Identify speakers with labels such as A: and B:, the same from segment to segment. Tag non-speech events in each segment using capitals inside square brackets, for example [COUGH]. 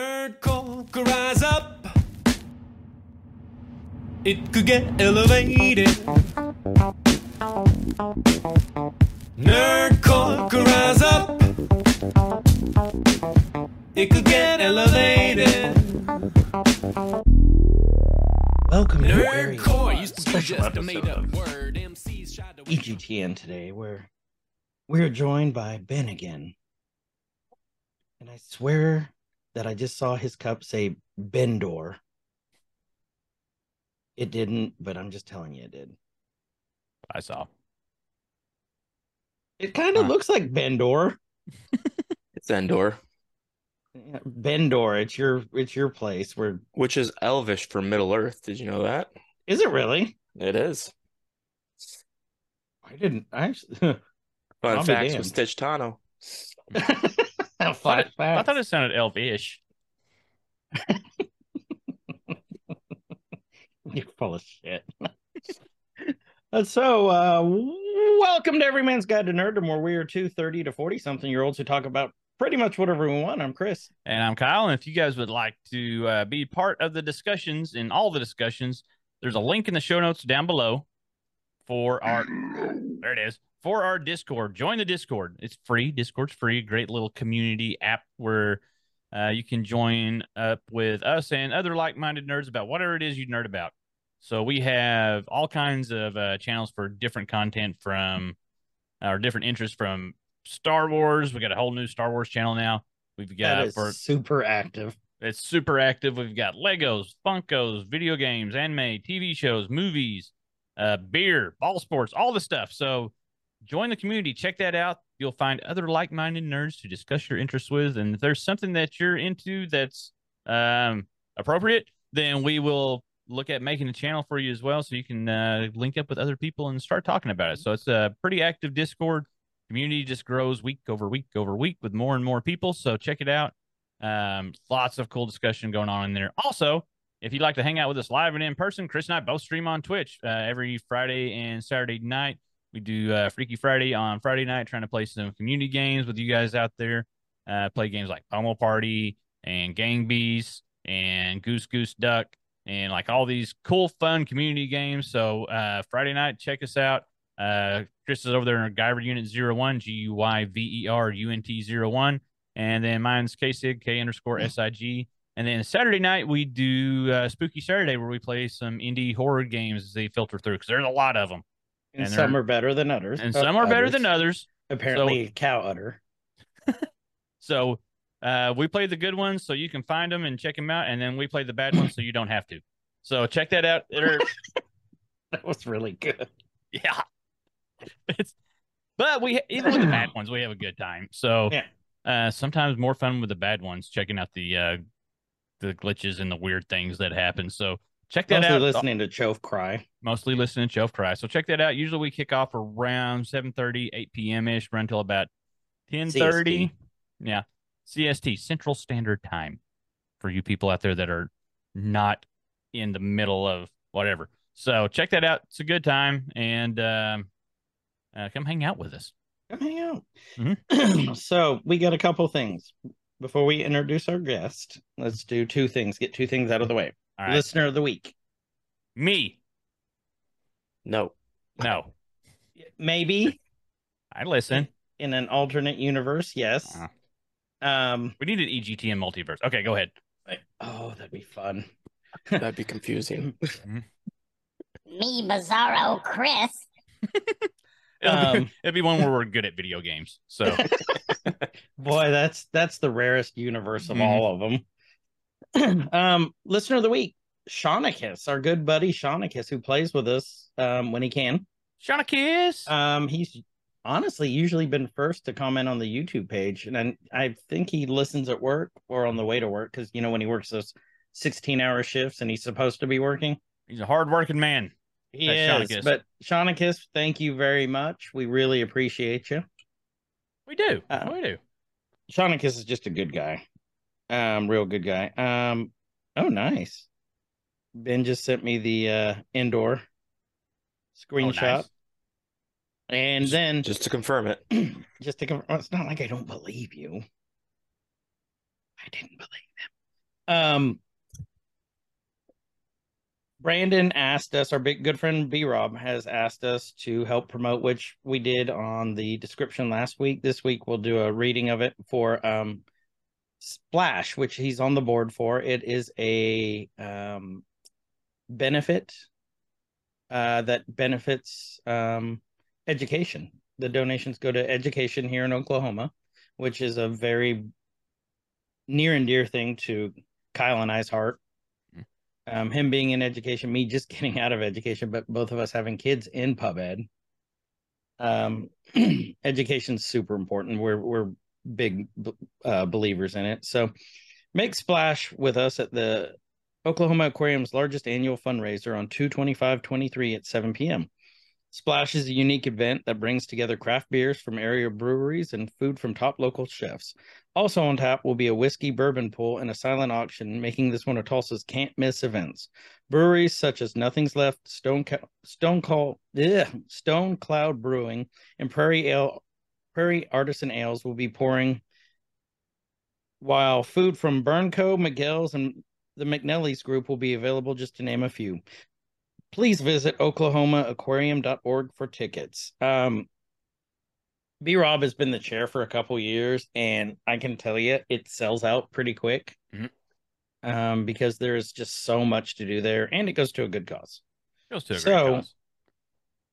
A: Nerdcore could rise up. It could get elevated. Nerdcore could rise up. It could get elevated.
B: Welcome to a very
A: Nerdcore used to be
B: special
A: just a made
B: episode
A: up
B: of
A: word. MCs tried to.
B: E EGTN today, where we're joined by Ben again. And I swear that I just saw his cup say Bendor. It didn't, but I'm just telling you it did.
C: I saw.
B: It kind of
C: Huh.
B: looks like Bendor.
D: It's Endor,
B: Yeah, Bendor, it's your it's your place where
D: which is Elvish for Middle Earth. Did you know that?
B: is it really?
D: It is.
B: I didn't I [LAUGHS] actually
D: Fun
B: I'll be
D: facts with
B: damned.
D: Stitch Tano.
B: Fun
C: I
B: fact.
C: thought it sounded elvish.
B: [LAUGHS] You're full of shit. And so, uh, welcome to Every Man's Guide to Nerddom, where we are two 30 to 40 something year olds who talk about pretty much whatever we want. I'm Chris.
C: And I'm Kyle. And if you guys would like to uh, be part of the discussions and all the discussions, there's a link in the show notes down below for our there it is for our Discord. Join the Discord. It's free. Discord's free. Great little community app where uh, you can join up with us and other like-minded nerds about whatever it is you nerd about. So we have all kinds of uh, channels for different content from or different interests from Star Wars. We got a whole new Star Wars channel now. We've got
B: that is
C: for
B: super active.
C: it's super active. We've got Legos, Funkos, video games, anime, TV shows, movies, uh, beer, ball sports, all the stuff. So join the community. Check that out. You'll find other like-minded nerds to discuss your interests with. And if there's something that you're into that's um, appropriate, then we will look at making a channel for you as well, so you can uh, link up with other people and start talking about it. So it's a pretty active Discord community. Just grows week over week over week with more and more people. So check it out. Um, lots of cool discussion going on in there. Also, if you'd like to hang out with us live and in person, Chris and I both stream on Twitch uh, every Friday and Saturday night. We do uh, Freaky Friday on Friday night, trying to play some community games with you guys out there. Uh, play games like Pummel Party and Gang Beast and Goose Goose Duck and like all these cool, fun community games. So uh, Friday night, check us out. Uh, Chris is over there in Guyver Unit 01, G U Y V E R U N T 01. And then mine's KSIG, K underscore S I G. And then Saturday night, we do uh, Spooky Saturday where we play some indie horror games as they filter through because there's a lot of them.
B: And,
C: And
B: some
C: they're-
B: are better than others.
C: And some are better than
B: others.
C: others.
B: Apparently, a cow udder. [LAUGHS]
C: So uh, we play the good ones so you can find them and check them out. And then we play the bad ones so you don't have to. So check that out.
B: [LAUGHS]
C: They're-
B: That was really
C: [LAUGHS]
B: good.
C: Yeah. It's but we even with the bad ones, we have a good time. So
B: Yeah.
C: uh sometimes more fun with the bad ones, checking out the uh the glitches and the weird things that happen. So check that
B: Mostly
C: out.
B: listening to Chove cry.
C: Mostly listening to Shelf Cry. So check that out. Usually we kick off around 7 30, 8 p.m. ish, run till about ten thirty. Yeah. CST, Central Standard Time for you people out there that are not in the middle of whatever. So check that out. It's a good time and um, uh, come hang out with us.
B: Come hang out. [CLEARS THROAT]
C: Mm-hmm.
B: so we got a couple things before we introduce our guest. Let's do two things. Get two things out of the way.
C: All right.
B: Listener of the week.
C: Me. [LAUGHS]
D: No.
C: No.
B: Maybe
C: I listen.
B: in an alternate universe, yes.
C: Uh.
B: Um,
C: We need an E EGTM multiverse. Okay, go ahead.
B: oh, that'd be fun.
D: That'd be confusing.
E: me, Bizarro Chris.
C: It'll,
B: Um.
C: [LAUGHS] be, it'll be one where we're good at video games. So
B: Boy, that's that's the rarest universe of
C: Mhm.
B: all of them. [CLEARS THROAT] um, listener of the week, Shaunicus, our good buddy Shaunicus, who plays with us um when he can.
C: Shauna Kiss.
B: Um, he's honestly usually been first to comment on the YouTube page, and I, I think he listens at work or on the way to work because you know when he works those sixteen-hour shifts and he's supposed to be working.
C: He's a hard working man.
B: He
C: That's
B: is,
C: Shaunicus.
B: but Shaunicus, thank you very much. We really appreciate you.
C: We do.
B: Uh,
C: we do.
B: Shaunicus is just a good guy, um, real good guy. Um, oh nice. Ben just sent me the uh indoor
C: Oh,
B: screenshot,
C: nice.
B: and then
D: Just to
B: [CLEARS THROAT]
D: confirm it.
B: oh, just to confirm, it's not like I don't believe you. I didn't believe him. Um, Brandon asked us, our big good friend B Rob has asked us to help promote, which we did on the description last week. This week we'll do a reading of it for um Splash, which he's on the board for. It is a um benefit uh that benefits um education. The donations go to education here in Oklahoma, which is a very near and dear thing to Kyle and I's heart. Um, him being in education, me just [LAUGHS] getting out of education, but both of us having kids in pub ed. Um, [CLEARS THROAT] education's super important. We're we're big b- uh, believers in it. So, make splash with us at the Oklahoma Aquarium's largest annual fundraiser on 225-23 at 7 p.m. Splash is a unique event that brings together craft beers from area breweries and food from top local chefs. Also on tap will be a whiskey bourbon pool and a silent auction, making this one of Tulsa's can't miss events. Breweries such as Nothing's Left, Stone Co- Stone Call, ugh, Stone Cloud Brewing, and Prairie Ale, Prairie Artisan Ales will be pouring, while food from Burnco, Miguel's, and the McNelly's Group will be available, just to name a few. Please visit OklahomaAquarium.org for tickets. Um, B Rob has been the chair for a couple years, and I can tell you it sells out pretty quick
C: Mhm.
B: um, because there is just so much to do there, and it goes to a good cause.
C: Goes to a great
B: So,
C: cause.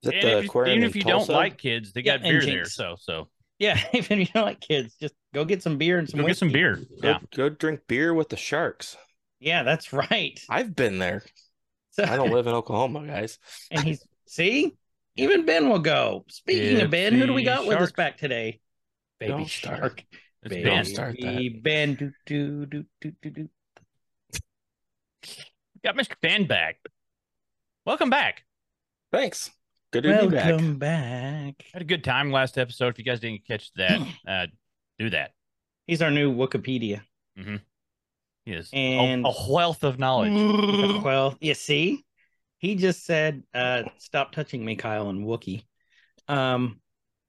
D: Is it
C: And
D: the
C: if you-
D: aquarium
C: even
D: in
C: if you
D: Tulsa?
C: don't like kids, they
B: Yeah,
C: got
B: and
C: beer there.
B: Jinx.
C: So so
B: Yeah, [LAUGHS] even if you don't like kids, just go get some beer and some
C: go get some
B: whiskey.
C: beer.
D: go,
C: Yeah.
D: go drink beer with the sharks.
B: Yeah, that's right.
D: I've been there.
B: So,
D: I don't live in Oklahoma, guys.
B: and he's see, even Ben will go. Speaking of Ben, who do we got with us
C: Shark.
B: back today? Baby
D: Don't start.
B: shark.
C: It's
B: baby
C: Ben.
D: Don't start that.
B: Ben. Do, do, do, do, do, do.
C: Got Mr. Ben back. Welcome back.
D: Thanks. Good to be back.
B: Welcome back.
C: Had a good time last episode. If you guys didn't catch that,
B: [CLEARS THROAT]
C: uh, do that.
B: He's our new Wikipedia.
C: He is a-
B: And-
C: a, wealth of [LAUGHS] knowledge.
B: well, you see, he just said, uh, "Stop touching me, Kyle and Wookie." Um,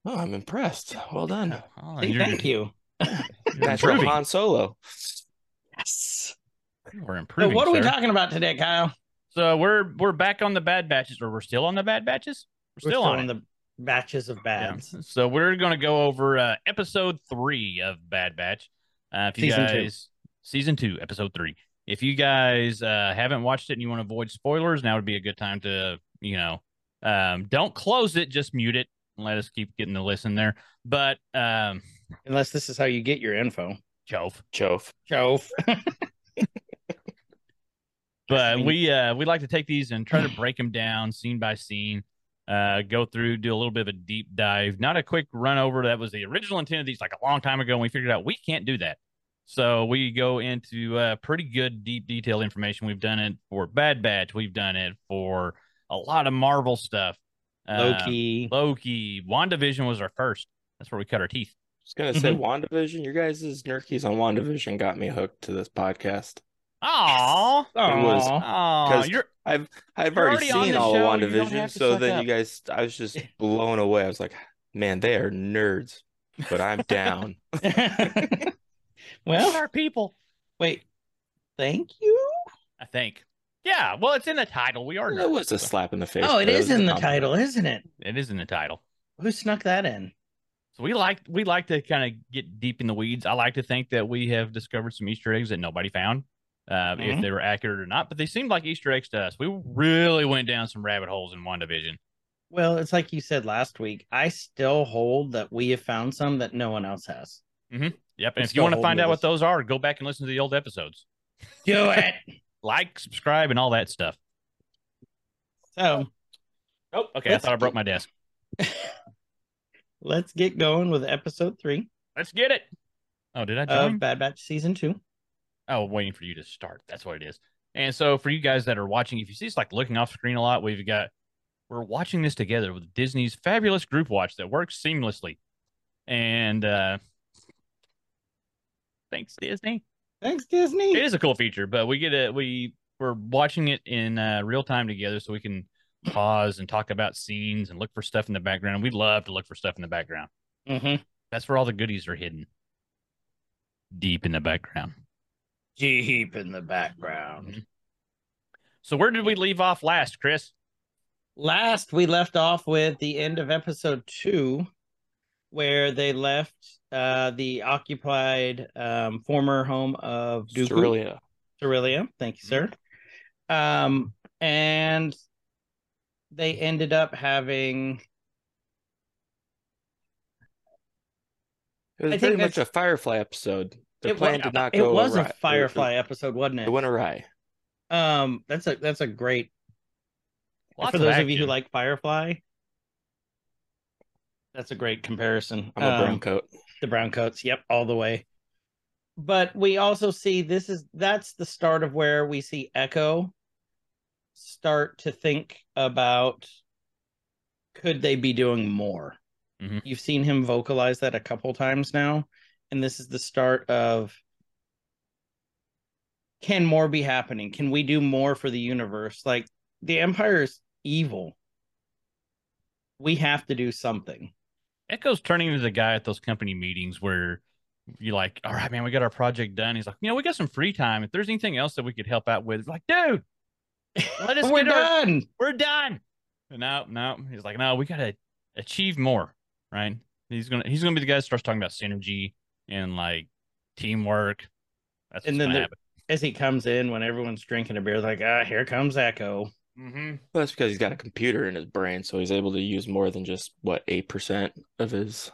D: Oh, I'm impressed. Well done.
C: Oh,
B: see,
C: you're-
B: thank you.
C: you're
D: Natural
C: improving.
D: Han Solo.
B: Yes.
C: We're
B: So,
C: improving.
B: what are we
C: sir.
B: talking about today, Kyle?
C: So we're we're back on the bad batches, or we're still on the bad batches. We're, still, on, it.
B: the batches of
C: Yeah.
B: bads.
C: So we're going to go over uh, episode three of Bad Batch. Uh, if you
B: Season two.
C: guys, season two, episode three. If you guys uh, haven't watched it and you want to avoid spoilers, now would be a good time to, you know, um, don't close it, just mute it and let us keep getting the listen there. But, um,
B: Unless this is how you get your info,
C: Jove,
D: Chove.
B: Joe.
C: but
B: mean-
C: we uh we like to take these and try to break them down scene by scene uh go through do a little bit of a deep dive not a quick run over that was the original intent of these like a long time ago and we figured out we can't do that so we go into uh pretty good deep detailed information we've done it for bad batch we've done it for a lot of marvel stuff Uh,
B: Loki.
C: loki wandavision was our first that's where we cut our teeth
D: I was gonna say
C: Mm-hmm.
D: WandaVision. Your guys' nerkies on WandaVision got me hooked to this podcast.
C: oh
D: was-
B: Aw.
C: oh
D: Because
C: you're
D: I've I've
C: You're
D: already,
C: already on
D: seen
C: the
D: all of
C: show, you don't
D: WandaVision,
C: have to
D: so
C: suck
D: then
C: up.
D: you guys, I
B: [LAUGHS]
D: was just blown away. I was like, man, they are nerds, but I'm [LAUGHS] down.
C: well
B: [LAUGHS] well,
C: our people
B: wait. Thank you.
C: I think. Yeah, well, it's in the title. We are.
D: That
C: nerds.
D: was a slap in the face.
B: Oh, it
D: but
B: is
D: was a
B: in the
D: compliment.
B: title, isn't it?
C: It is in the title.
B: Who snuck that in?
C: So we like we like to kind of get deep in the weeds. I like to think that we have discovered some Easter eggs that nobody found, uh, if
B: Mhm.
C: they were accurate or not. But they seemed like Easter eggs to us. We really went down some rabbit holes in WandaVision.
B: Well, it's like you said last week. I still hold that we have found some that no one else has.
C: Yep.
B: I'm
C: And if you
B: still
C: want to
B: holding
C: find
B: to
C: out what
B: this.
C: those are, go back and listen to the old episodes.
B: Do it.
C: Like, subscribe, and all that stuff.
B: [LAUGHS] so
C: Oh, okay.
B: Let's-
C: I thought I broke my desk.
B: let's get going with episode three
C: Let's get it. Oh, did I join?
B: of Bad Batch season two.
C: Oh, waiting for you to start. That's what it is. And so for you guys that are watching, if you see us like looking off screen a lot, we've got we're watching this together with Disney's fabulous group watch that works seamlessly. And uh thanks, Disney.
B: Thanks,
C: It
B: Disney.
C: is a cool feature, but we get a we we're watching it in uh real time together so we can pause and talk about scenes and look for stuff in the background. We love to look for stuff in the background.
B: Mhm.
C: That's where all the goodies are hidden. Deep in the background. Mm-hmm.
B: Jeep in the background.
C: So where did we leave off last, Chris?
B: Last, we left off with the end of episode two, where they left uh, the occupied um, former home of Dooku.
D: Cerealia.
B: Cerelia. Thank you, sir. Um, and they ended up having
D: It was
B: I think
D: pretty
B: that's-
D: much a Firefly episode. Their
B: It wa- uh,
D: plan did not
B: it
D: go
B: was
D: awry.
B: a Firefly episode, wasn't
D: It
B: it?
D: went awry.
B: Um, that's a that's a great
C: Lots
B: for those of you
C: action.
B: who like Firefly. That's a great comparison.
D: I'm a brown
B: Um,
D: coat.
B: the brown coats yep all the way but we also see this is that's the start of where we see echo start to think about could they be doing more
C: Mhm.
B: you've seen him vocalize that a couple times now and this is the start of can more be happening can we do more for the universe like the empire is evil we have to do something
C: Echo's turning into the guy at those company meetings where you're like, all right, man, we got our project done. He's like, you know, we got some free time. If there's anything else that we could help out with, like, dude, let us
B: [LAUGHS] we're
C: get our-
B: done
C: we're done. And no, no. He's like, no, we gotta achieve more, right? He's gonna he's gonna be the guy that starts talking about synergy and like teamwork. That's
B: And
C: what's
B: then
C: gonna
B: there- as he comes in when everyone's drinking a beer, like, ah, here comes Echo.
C: happen.
D: Well, that's because he's got a computer in his brain, so he's able to use more than just what eight percent of his.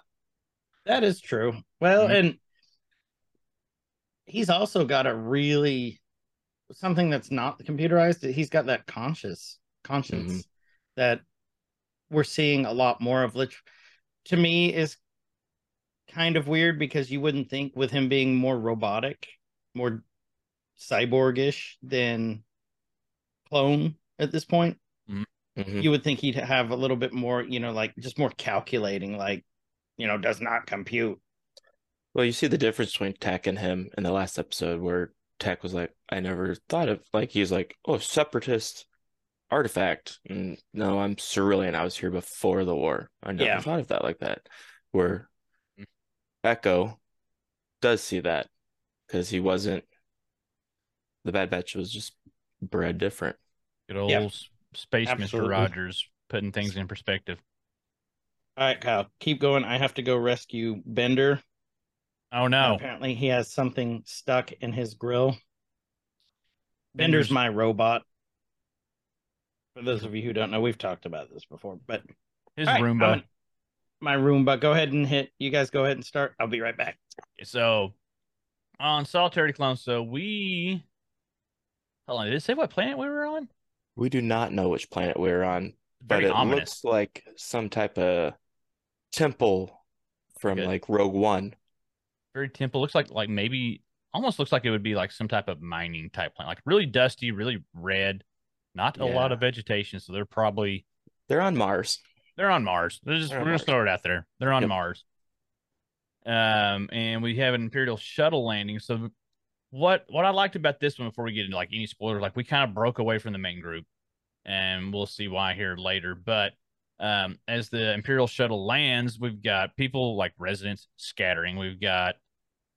B: That is true. Well,
C: Mhm.
B: and he's also got a really something that's not computerized. He's got that conscious conscience that we're seeing a lot more of, which to me is kind of weird because you wouldn't think with him being more robotic, more cyborgish than clone at this point.
D: Mhm.
B: you would think he'd have a little bit more, you know, like just more calculating, like, you know, does not compute.
D: Well, you see the difference between Tech and him in the last episode, where Tech was like, "I never thought of like he's like, oh, separatist artifact." And no, I'm Cerulean. I was here before the war. I never
B: Yeah.
D: thought of that like that. Where Echo does see that because he wasn't. The Bad Batch was just bred different.
C: Good old
B: Yeah.
C: s- space
B: Absolutely.
C: Mr. Rogers putting things in perspective.
B: All right, Kyle, keep going. I have to go rescue Bender.
C: Oh no.
B: Apparently he has something stuck in his grill. Bender's my robot. For those of you who don't know, we've talked about this before, but
C: His
B: All right, I'm
C: Roomba.
B: gonna- my Roomba, go ahead and hit. You guys go ahead and start. I'll be right back.
C: So on Solitary Clone, so we hold on, did it say what planet we were on?
D: We do not know which planet we're on, but
C: Very
D: it looks
C: ominous.
D: like some type of temple from
C: Good.
D: like Rogue One.
C: Very temple. Looks like like maybe almost looks like it would be like some type of mining type planet. Like really dusty, really red, not a lot
D: Yeah.
C: of vegetation. So they're probably
D: They're on Mars.
C: they're on Mars. They're just
D: They're on
C: we're
D: Mars.
C: gonna throw it out there. They're on
D: Yep.
C: Mars. Um, and we have an Imperial shuttle landing. So what what I liked about this one before we get into like any spoilers, like we kind of broke away from the main group, and we'll see why here later. But um, as the Imperial shuttle lands, we've got people like residents scattering. We've got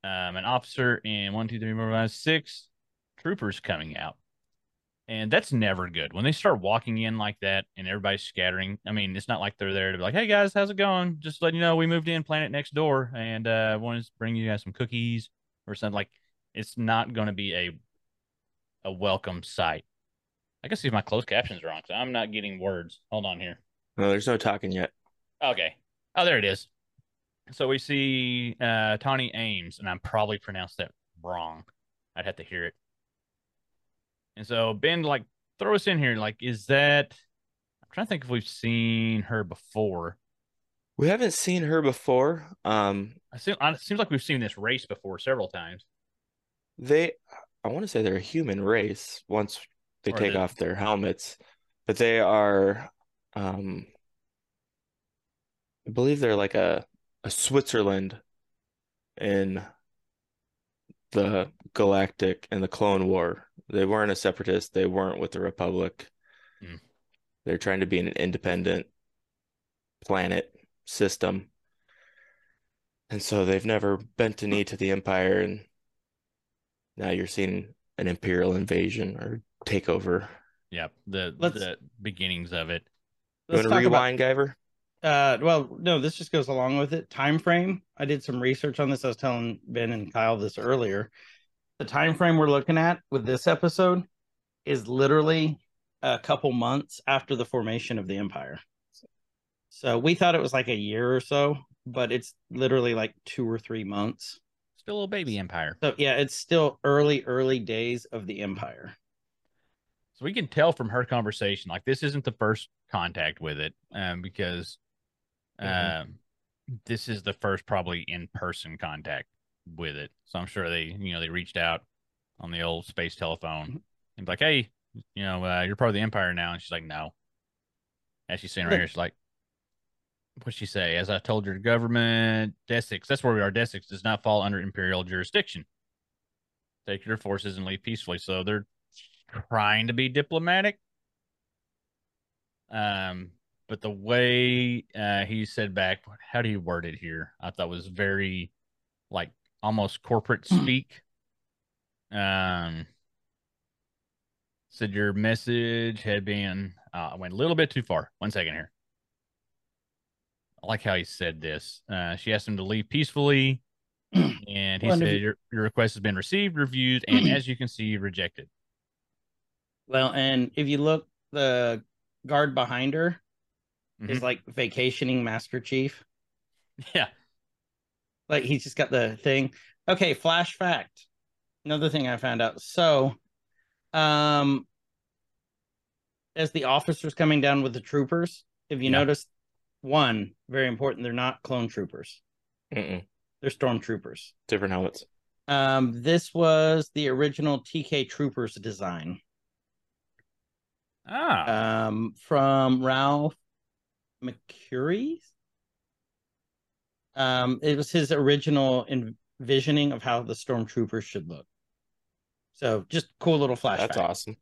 C: um, an officer and one, two, three, four, five, six troopers coming out. And that's never good. When they start walking in like that and everybody's scattering, I mean, it's not like they're there to be like, hey guys, how's it going? Just letting you know we moved in planet next door and uh wanted to bring you guys some cookies or something. Like it's not gonna be a a welcome sight. I can see if my closed captions are on because I'm not getting words. Hold on here.
D: No, there's no talking yet.
C: Okay. Oh, there it is. So we see uh, Tawny Ames, and I'm probably pronounced that wrong. I'd have to hear it. And so Ben, like, throw us in here. Like, is that? I'm trying to think if we've seen her before.
D: We haven't seen her before. Um,
C: I seem, I, it seems like we've seen this race before several times.
D: they, I want to say they're a human race once they
C: Or
D: take
C: the-
D: off their helmets, but they are, um, I believe they're like a a Switzerland in the Galactic and the Clone War. They weren't a separatist. They weren't with the Republic.
C: Hmm.
D: They're trying to be an independent planet system. And so they've never bent a knee to the Empire and now you're seeing an imperial invasion or takeover.
C: Yep. The
B: Let's-
C: the beginnings of it.
D: You
B: Let's
D: want to
B: talk about-
D: rewind, Guyver?
B: uh well no this just goes along with it time frame i did some research on this i was telling ben and kyle this earlier the time frame we're looking at with this episode is literally a couple months after the formation of the empire so we thought it was like a year or so but it's literally like two or three months
C: Still a little baby empire.
B: so yeah it's still early early days of the empire
C: So we can tell from her conversation, like this isn't the first contact with it, um, because
D: Mhm.
C: um this is the first probably in person contact with it. So I'm sure they, you know, they reached out on the old space telephone and be like, hey, you know, uh, you're part of the empire now, and she's like, no. As she's sitting right here, she's like, what'd she say? As I told your government, Desix, that's where we are. Desix does not fall under imperial jurisdiction. Take your forces and leave peacefully. So they're trying to be diplomatic. Um, but the way uh, he said back, how do you word it here? I thought was very like almost corporate
B: Hmm.
C: speak. Um, said your message had been, uh, I went a little bit too far. One second here. I like how he said this. Uh, she asked him to
B: [CLEARS THROAT]
C: leave peacefully, and he
B: Well, and if
C: said,
B: you-
C: your, your request has been received, reviewed,
B: [CLEARS THROAT]
C: and as you can see, rejected.
B: Well, and if you look, the guard behind her is
C: Mhm.
B: like vacationing Master Chief.
C: Yeah.
B: Like he's just got the thing. Okay, flash fact. Another thing I found out. So, um, as the officers coming down with the troopers, if you
C: Yeah.
B: notice, one very important, they're not clone troopers;
D: Mm-mm.
B: they're stormtroopers.
D: Different helmets.
B: Um, this was the original TK troopers design.
C: Ah.
D: Uh,
B: um, from Ralph McCurry. Um, it was his original envisioning of how the stormtroopers should look. So just cool little flashback.
D: That's awesome.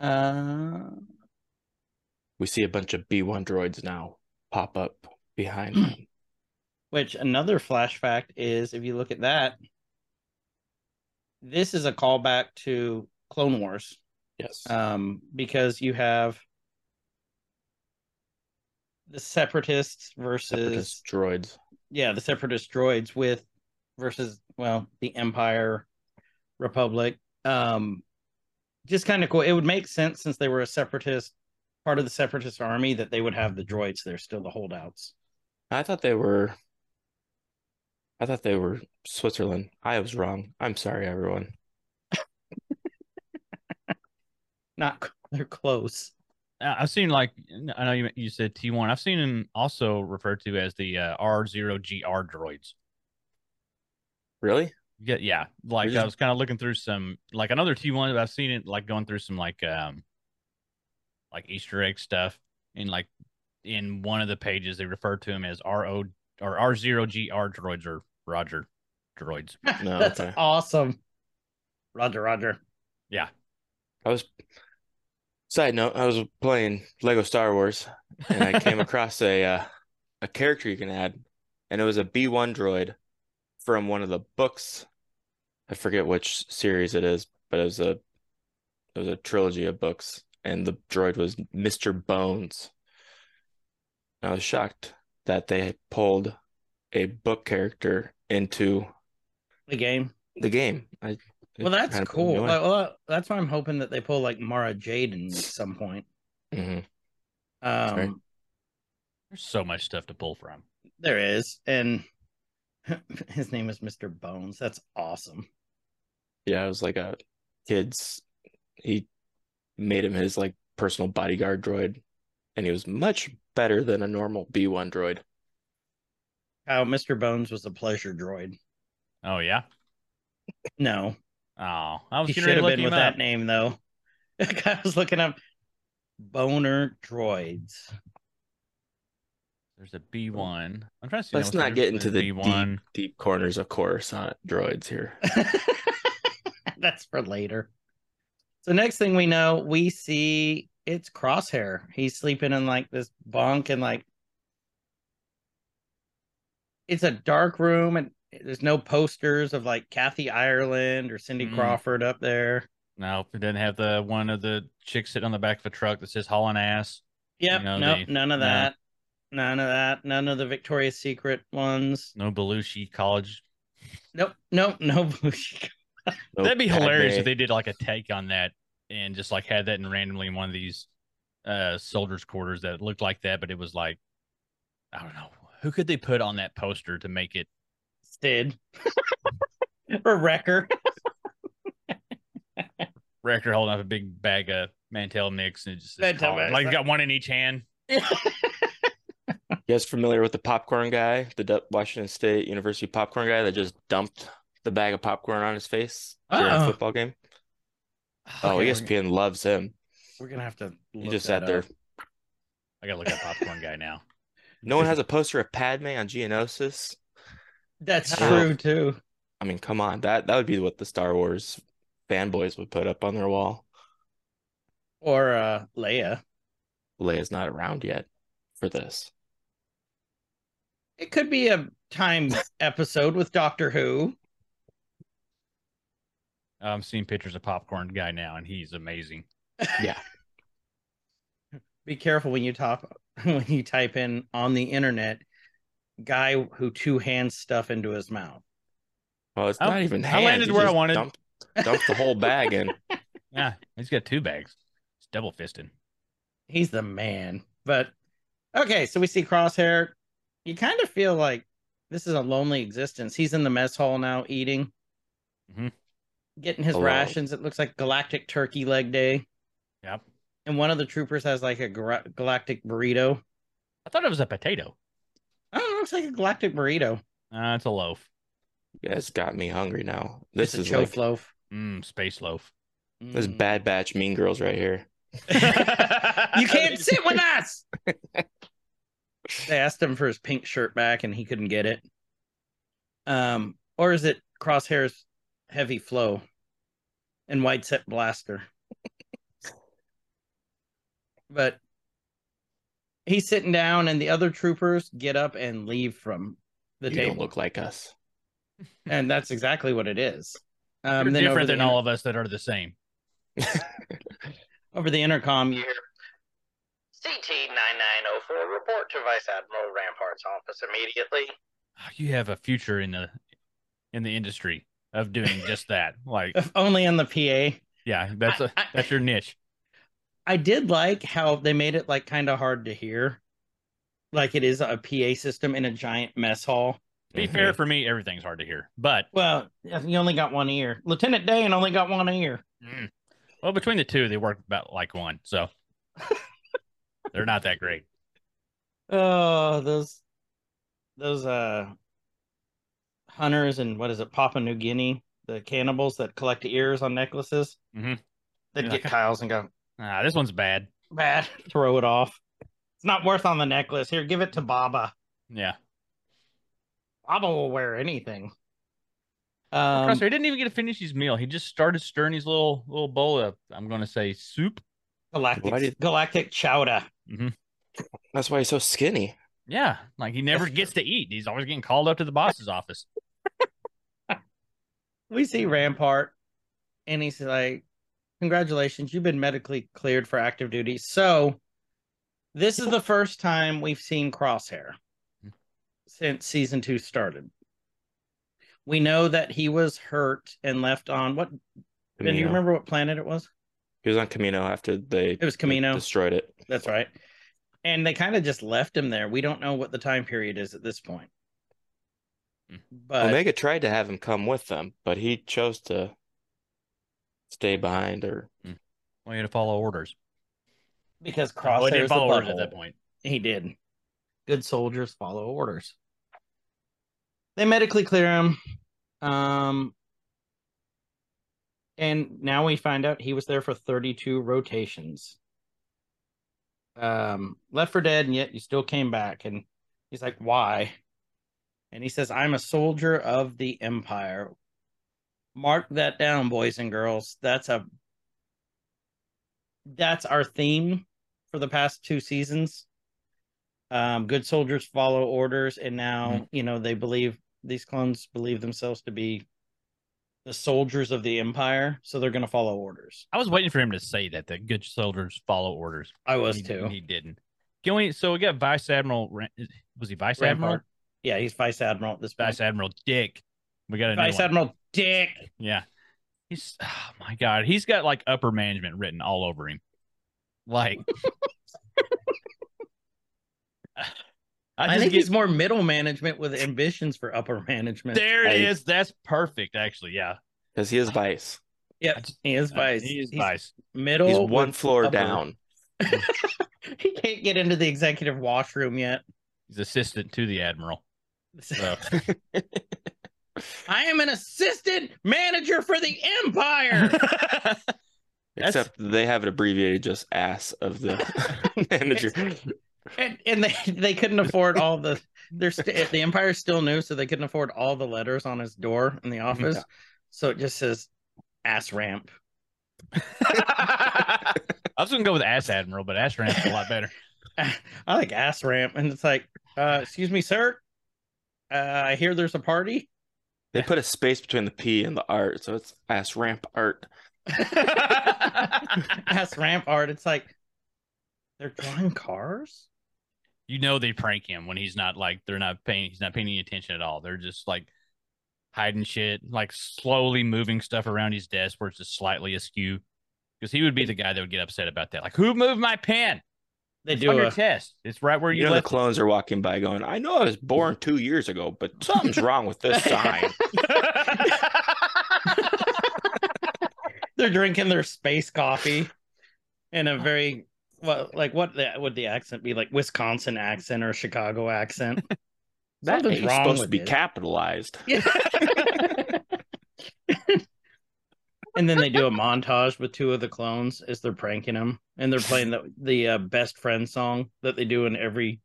B: Uh,
D: We see a bunch of B1 droids now pop up
B: [CLEARS THROAT]
D: behind them.
B: which another flash fact is, if you look at that, this is a callback to Clone Wars.
D: Yes.
B: um, because you have the separatists versus
D: Separatist droids.
B: yeah the separatist droids with versus well the empire republic um just kind of cool it would make sense since they were a separatist part of the separatist army that they would have the droids they're still the holdouts
D: I thought they were. I thought they were Switzerland. I was wrong. I'm sorry, everyone.
B: not c- [LAUGHS] they're close
C: Uh, I've seen like I know you you said T one. I've seen them also referred to as the uh, R zero GR droids.
D: Really?
B: [LAUGHS]
C: Yeah, yeah. Like
D: just-
C: I was kind of looking through some like another T one. I've seen it like going through some like um like Easter egg stuff and like in one of the pages they refer to him as R O or R zero GR droids or Roger droids.
D: No.
B: that's
D: Oh, okay.
B: awesome roger roger
D: I was. Side note: I was playing Lego Star Wars, and
B: [LAUGHS]
D: I came across a uh, a character you can add, and it was a B1 droid from one of the books. I forget which series it is, but it was a it was a trilogy of books, and the droid was Mr. Bones. And I was shocked that they had pulled a book character into
B: the game
D: the game. I it
B: well that's
D: kinda blew me
B: cool
D: away.
B: Well, well, that's why i'm hoping that they pull like mara jaden at some point
D: Mhm.
B: um
D: Sorry.
C: There's so much stuff to pull from.
B: There is, and [LAUGHS] his name is Mr. Bones. That's awesome.
D: Yeah, it was like a kid's. He made him his like personal bodyguard droid, and he was much better than a normal B1 droid.
B: How Mr. Bones was a pleasure droid.
C: Oh yeah.
B: No,
C: Oh, I was
B: he
C: getting
B: should
C: ready
B: have
C: to look
B: been with
C: him
B: that
C: up.
B: name though. [LAUGHS] I was looking up boner droids. [LAUGHS]
C: There's a B one. I'm trying to see.
D: Let's
C: now,
D: not
C: there's
D: get into the
C: B1.
D: deep, deep corners of Coruscant droids
B: [LAUGHS]
D: here.
B: That's for later. So next thing we know, we see it's Crosshair. He's sleeping in like this bunk and like it's a dark room and there's no posters of like Kathy Ireland or Cindy
C: Mm.
B: Crawford up there.
C: No, it doesn't have the one of the chicks sitting on the back of a truck that says hauling ass.
B: Yep,
C: You know,
B: nope,
C: they-
B: none of
C: no.
B: that. None of that. None of the Victoria's Secret ones.
C: No Belushi college.
B: Nope, nope, [LAUGHS] no Belushi.
D: Nope,
C: That'd be hilarious
D: Padme.
C: if they did like a take on that and just like had that in randomly in one of these uh soldiers' quarters that looked like that, but it was like I don't know. Who could they put on that poster to make it
B: Sid. [LAUGHS] or Wrecker.
C: Rector holding up a big bag of Mantel mix and it just says
B: Mantel
C: college.
B: Mix, uh
C: like he's
B: like-
C: got one in each hand.
D: You guys familiar with the popcorn guy, the Du- Washington State University popcorn guy that just dumped the bag of popcorn on his face during a
B: Uh-uh.
D: football game? Oh,
B: Ah, Okay, we're gonna-
D: ESPN loves him.
B: We're gonna have to.
D: He
B: look
D: just sat
B: that
D: there.
B: up.
C: I gotta look at popcorn guy now.
B: [LAUGHS]
D: No one has a poster of Padme on Geonosis.
B: That's
D: Yeah.
B: true too.
D: I mean, come on, that that would be what the Star Wars fanboys would put up on their wall.
B: Or uh Leia.
D: Leia's not around yet for this.
B: It could be a time episode with Doctor Who.
C: I'm seeing pictures of popcorn guy now and he's amazing.
B: Be careful when you top [LAUGHS] when you type in on the internet guy who two hands stuff into his mouth.
D: Well, it's
C: Oh,
D: not even
C: I
D: hands.
C: landed
D: He
C: where I
D: just
C: wanted.
D: Dumped, dumped the whole bag in.
C: Yeah, he's got two bags. It's double fisted.
B: He's the man. But okay, so we see Crosshair. You kind of feel like this is a lonely existence. He's in the mess hall now eating.
D: Mm-hmm.
C: Mhm.
B: Getting his
D: Alone.
B: rations. It looks like galactic turkey leg day.
C: Yep.
B: And one of the troopers has like a gra- galactic burrito.
C: I thought it was a potato.
B: Oh, it looks like a galactic burrito.
C: Uh, it's a loaf.
D: [LAUGHS] You guys got me hungry now.
B: This
D: This
B: a
D: is
B: choke
D: like
B: loaf.
C: Mm, space [LAUGHS] loaf.
D: this
B: Mm.
D: Bad Batch Mean Girls right here.
B: You [LAUGHS]
C: you
B: can't sit with us. they asked him for his pink shirt back and he couldn't get it. Um, or is it Crosshair's heavy flow and wide set blaster?
C: [LAUGHS]
B: but he's sitting down and the other troopers get up and leave from the
D: you
B: table.
D: don't look like us.
B: and that's exactly what it is. Um,
C: You're
B: then over
C: different
B: the
C: than
B: inter-
C: all of us that are the same.
B: over the intercom you [LAUGHS] hear
F: CT9904, report to Vice Admiral Rampart's office immediately.
C: Ah, You have a future in the in the industry of [LAUGHS] doing just that. Like,
B: if only on the PA.
C: yeah, that's a,
B: I- I-
C: that's your niche.
B: I did like how they made it like kind of hard to hear. Like it is a PA system in a giant mess hall.
C: To be fair, for me, everything's hard to hear. But
B: Well, if you only got one ear. Lieutenant Day and only got one ear.
C: mm, well, between the two, they work about like one. [LAUGHS] So they're not that great.
B: Oh, those those uh hunters and what is it, Papua New Guinea, the cannibals that collect ears on necklaces.
C: Mhm.
B: They'd [LAUGHS]
C: Yeah.
B: get Kyle's and go,
C: Ah, this one's bad.
B: bad, throw it off. It's not worth on the necklace. Here, give it to Baba.
C: Yeah,
B: Baba will wear anything.
C: um,
B: Um,
C: he didn't even get to finish his meal. He just started stirring his little little bowl of I'm going to say soup.
B: Um, galactic
D: Why did-
B: galactic chowder.
D: That's why he's so skinny.
C: Yeah, like he never gets to eat. He's always getting called up to the boss's office.
B: we see Rampart, and he's like, "Congratulations, you've been medically cleared for active duty." So, this is the first time we've seen Crosshair since season two started. We know that he was hurt and left on what? Do
D: Camino.
B: you remember what planet it was?
D: He was on Camino after they
B: It was Camino.
D: destroyed it.
B: That's right. And they kind of just left him there. We don't know what the time period is at this point.
C: Hmm.
B: But
D: Omega tried to have him come with them, but he chose to stay behind or
C: Well, you had to follow orders.
B: because
C: Well, he
B: Crosshair
C: didn't
B: is the
C: follow orders at
B: butthole.
C: that point.
B: He did. Good soldiers follow orders. They medically clear him. Um, and now we find out he was there for 32 rotations. Um, left for dead, and yet you still came back. And he's like, Why? And he says, I'm a soldier of the Empire. Mark that down, boys and girls. That's a that's our theme for the past two seasons um, good soldiers follow orders and now you know they believe these clones believe themselves to be the soldiers of the empire, so they're going to follow orders.
C: I was waiting for him to say that the good soldiers follow orders.
B: I was
C: he,
B: too.
C: He didn't. Can we? So we got Vice Admiral. Ran- Was he Vice Admiral?
B: Rampart. Yeah, he's vice admiral at this point.
C: Vice Admiral Dick. We got another
B: Vice
C: one.
B: Admiral Dick.
C: Yeah. He's oh my god, he's got like upper management written all over him.
B: [LAUGHS]
C: Like I
B: I,
C: just
B: think
C: get
B: he's more middle management with ambitions for upper management.
C: there it
D: I-
C: is. That's perfect actually. Yeah.
D: because he is vice.
B: Yep, he is vice.
C: Uh, He is vice.
B: middle.
D: He's one
B: with
D: floor
B: upper.
D: down.
B: he can't get into the executive washroom yet.
C: He's assistant to the admiral.
B: [LAUGHS]
C: So
B: I am an assistant manager for the empire.
C: That's-
D: Except they have it abbreviated just ass
B: [LAUGHS]
D: of the manager.
B: and, and they, [LAUGHS] they couldn't afford all the they're st- the empire's still new, so they couldn't afford all the letters on his door in the office. So it just says ass ramp.
C: I was gonna go with ass admiral, but ass ramp's a lot better.
B: I like ass ramp, and it's like, uh, excuse me, sir. Uh, I hear there's a [LAUGHS] party.
D: They put a space between the P and the art, so it's ass ramp art.
B: ass ramp art. It's like they're drawing cars.
C: you know they prank him when he's not like they're not paying he's not paying any attention at all. They're just like hiding shit, like slowly moving stuff around his desk where it's just slightly askew. Because he would be the guy that would get upset about that. Like, who moved my pen?
B: They
C: It's
B: do
C: on your
B: a-
C: chest. It's right where
D: You
C: you
D: know, the
C: left. it.
D: clones are walking by going, I know I was
B: Mm-hmm.
D: born two years ago, but something's wrong
B: [LAUGHS]
D: with this sign.
C: [LAUGHS]
B: they're drinking their space coffee in a very well like what the, would the accent be like Wisconsin accent or Chicago accent?
D: That
B: Something's
D: ain't
B: wrong
D: supposed to
B: with
D: be
B: it.
D: capitalized.
B: [LAUGHS] and then they do a montage with two of the clones as they're pranking them and they're playing the the uh, best friend song that they do in every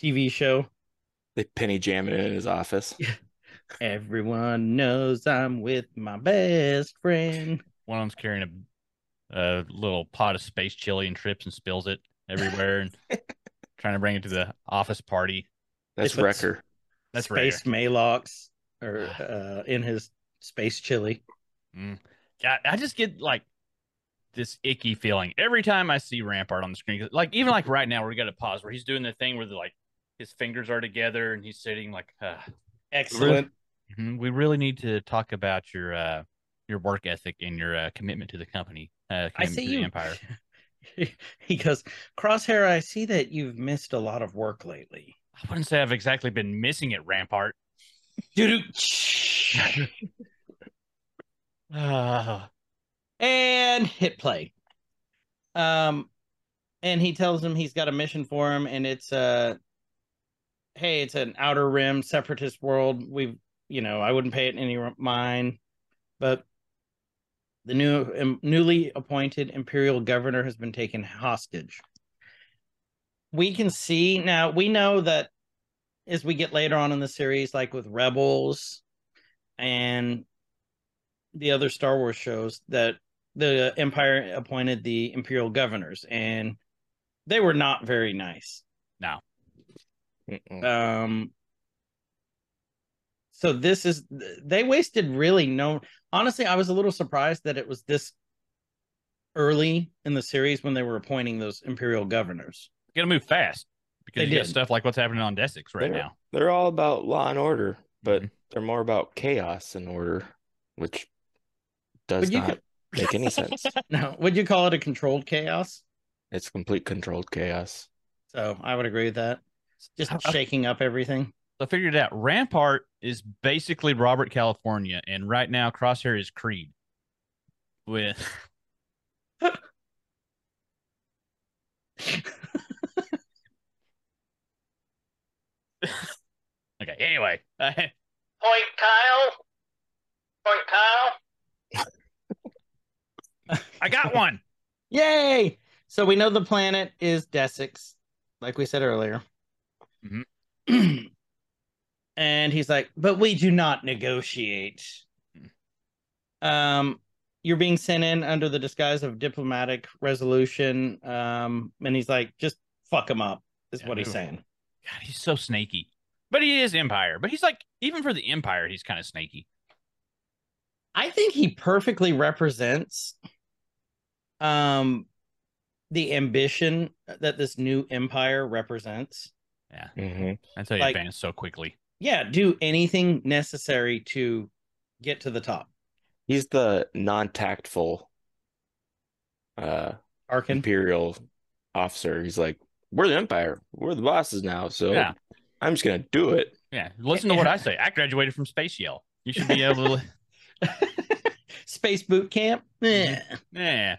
B: TV show.
D: They penny jam it in his office.
B: Everyone knows I'm with my best friend.
C: One of them's carrying a, a little pot of space chili and trips and spills it everywhere [LAUGHS] and trying to bring it to the office party.
D: That's
B: They put s-
D: Wrecker.
C: That's right.
B: Space Malox or uh, in his space chili.
C: I, I just get like this icky feeling every time I see Rampart on the screen. 'Cause, Like even like right now, we got a pause where he's doing the thing where the, like his fingers are together and he's sitting like, uh,
B: Excellent.
C: "Mhm, we really need to talk about your uh, your work ethic and your uh, commitment to the company, uh,
B: I
C: commitment
B: see
C: to the
B: you.
C: empire.
B: [LAUGHS] he goes, Crosshair, I see that you've missed a lot of work lately.
C: I wouldn't say I've exactly been missing it, [SIGHS] Rampart. Ah,
B: and hit play. Um, and he tells him he's got a mission for him, and it's uh, hey, it's an outer rim separatist world. We've, you know, I wouldn't pay it any mind, but the new um, newly appointed imperial governor has been taken hostage. We can see now. We know that as we get later on in the series, like with Rebels and the other Star Wars shows that the Empire appointed the Imperial governors, and they were not very nice.
D: Mm-mm.
B: Um, so this is they wasted really no. Honestly, I was a little surprised that it was this early in the series when they were appointing those Imperial governors.
C: gotta move fast because
B: They
C: you got
B: did.
C: stuff like what's happening on Desix right
D: There.
C: now.
D: They're all about law and order, but
C: Mhm.
B: Mm-hmm.
D: they're more about chaos and order, which does
B: But you
D: not
B: [LAUGHS]
D: make any sense.
B: Now, would you call it a controlled chaos?
D: It's complete controlled chaos.
B: So I would agree with that. Just shaking up everything.
C: So I figured it out. Rampart is basically Robert California, and right now Crosshair is Creed. With [LAUGHS] okay, anyway, uh,
F: Point, Kyle. Point, Kyle.
B: [LAUGHS]
C: I got one.
B: Yay! So we know the planet is Desix, like we said earlier. [CLEARS THROAT] and he's like, but we do not negotiate. Um, you're being sent in under the disguise of diplomatic resolution. Um, and he's like, just fuck him up, is
C: Yeah,
B: what he's
C: move
B: saying.
C: God, he's so snaky. But he is Empire. But he's like, even for the Empire, he's kind of snaky.
B: I think he perfectly represents um the ambition that this new empire represents. Mm-hmm.
D: Mhm.
C: That's how you
B: Like-
C: advance so quickly.
B: Yeah, do anything necessary to get to the top.
D: He's the non-tactful uh
B: Arkin.
D: imperial officer. He's like, we're the empire, we're the bosses now, so
C: Yeah.
D: I'm just gonna
B: [LAUGHS]
D: do it.
C: Yeah. Listen to what I say. I graduated from Space Yell. You should [LAUGHS] be able to,
B: [LAUGHS] Space boot camp.
C: Mm-hmm.
B: Yeah.
C: yeah,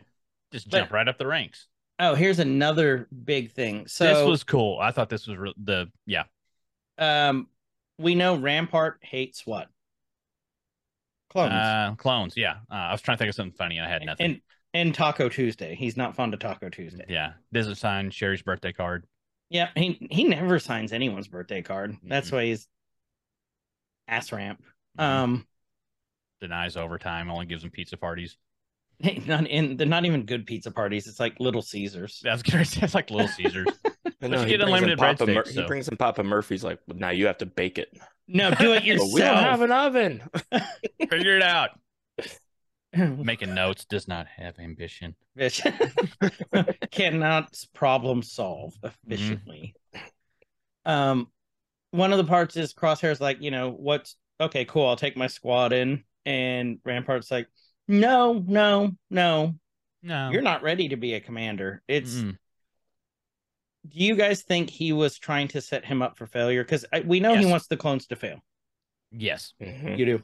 C: just
B: But-
C: jump right up the ranks.
B: Oh, here's another big thing. So
C: this was cool. I thought this was re- the, yeah.
B: um we know Rampart hates what? Clones.
C: Uh, clones. Yeah. Uh, I was trying to think of something funny. and I had nothing.
B: and and Taco Tuesday. He's not fond of Taco Tuesday.
C: yeah. Doesn't sign Sherry's birthday card.
B: Yeah, he he never signs anyone's birthday card. That's why he's ass ramp.
C: Mm-hmm.
B: Um, [LAUGHS]
C: Denies overtime. Only gives them pizza parties. [LAUGHS]
B: hey, not in they're not even good pizza parties. It's like Little Caesars.
C: That's [LAUGHS] that's like
B: [LAUGHS]
C: Little Caesars.
D: I
C: But you
D: he
C: get
D: brings in
C: unlimited
D: Papa
C: breadsticks,
D: He
C: so.
D: brings in Papa Murphy's like, now you have to bake it.
B: No,
C: [LAUGHS]
B: do it
D: But we don't have
B: yourself.
D: an
B: [LAUGHS]
D: oven.
C: Figure it out. Making notes does not have ambition.
B: Bitch. [LAUGHS] Cannot s- problem solve efficiently. Um, one of the parts is Crosshair's like, you know, what's okay, cool. I'll take my squad in, and Rampart's like, no, no, no.
C: No, Mm.
B: You're not ready to be a commander. It's
C: Mm-mm.
B: do you guys think he was trying to set him up for failure? Because we know he
C: Yes. Mm.
B: wants the clones to fail.
C: yes,
D: Mhm.
B: You do.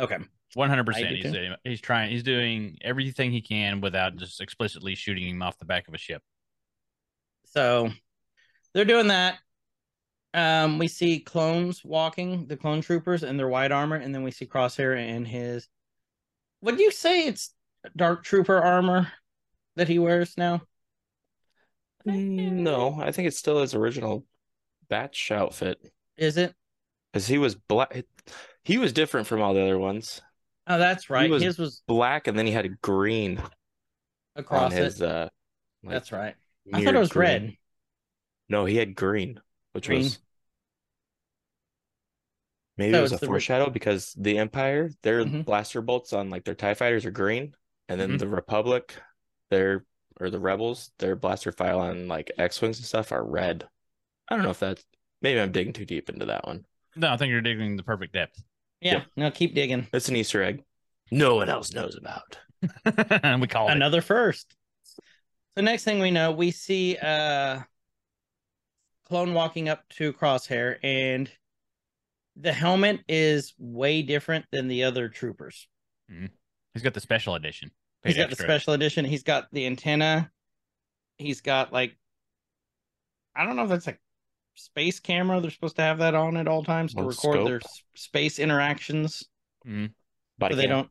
B: Okay.
C: one hundred
B: I
C: percent.
B: do
C: He's
B: too.
C: doing- he's trying. He's doing everything he can without just explicitly shooting him off the back of a ship.
B: So they're doing that. Um, we see clones walking, the clone troopers in their white armor, and then we see Crosshair in his would you say it's dark trooper armor that he wears now?
D: Mm, No, I think it's still his original batch outfit
B: Is it?
D: because he was black. He was different from all the other ones.
B: Oh, that's right.
D: was
B: his was
D: Black, and then he had a green on
B: across it.
D: his. Uh, like,
B: that's right. I thought
D: mirrored
B: it was
D: green.
B: red.
D: No, he had green, which
B: Green.
D: was maybe
B: So
D: it was a
B: it's the re-
D: foreshadow because the Empire, their
B: Mhm.
D: blaster bolts on like their Tie Fighters are green, and then
B: Mm-hmm.
C: Mhm.
D: the Republic, their or the Rebels, their blaster file on like X wings and stuff are red. I don't know if that's maybe I'm digging too deep into that one.
C: No, I think you're digging the perfect depth. [LAUGHS]
B: Yeah. No, keep digging.
D: It's an Easter egg. No one else knows about.
C: we call it.
B: another first. So next thing we know, we see uh clone walking up to Crosshair and the helmet is way different than the other troopers.
C: He's got the special edition.
B: He's
C: Paid
B: got the
C: extra.
B: special edition, he's got the antenna, he's got like I don't know if that's a space camera. They're supposed to have that on at all times to
D: Or
B: record their
D: scope.
B: s- space interactions.
D: Body
B: so they
D: cam.
B: don't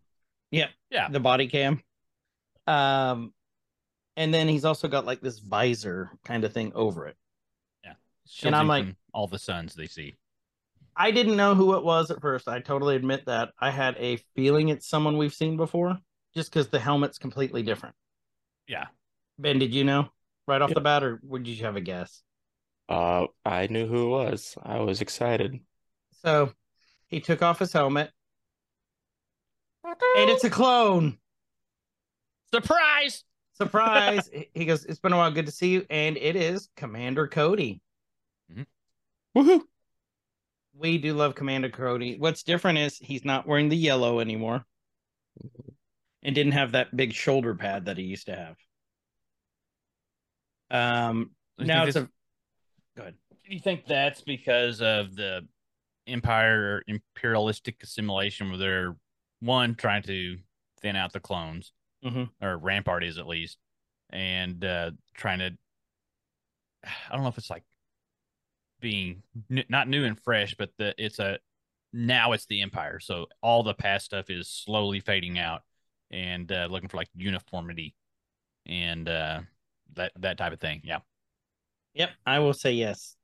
B: yep
C: Yeah.
B: the body cam um and then he's also got like this visor kind of thing over it
C: Shields
B: I'm
C: him
B: like-
C: from all the suns they see.
B: i didn't know who it was at first i totally admit that i had a feeling it's someone we've seen before just because the helmet's completely different
C: Yeah,
B: ben did you know right off the bat or would you have a guess
D: Uh, I knew who it was. I was excited.
B: so he took off his helmet and it's a clone
C: surprise.
B: surprise he goes it's been a while good to see you and it is commander cody
D: Woohoo!
B: we do love Commander Cody. What's different is he's not wearing the yellow anymore, and didn't have that big shoulder pad that he used to have. Um,
C: I
B: now
C: think
B: it's
C: this-
B: a go ahead.
C: Do you think that's because of the empire imperialistic assimilation where they're one trying to thin out the clones
B: Mhm.
C: or rampart is at least and uh trying to i don't know if it's like being n- not new and fresh but the it's a now it's the empire so all the past stuff is slowly fading out and uh looking for like uniformity and uh that that type of thing yeah
B: Yep, I will say yes.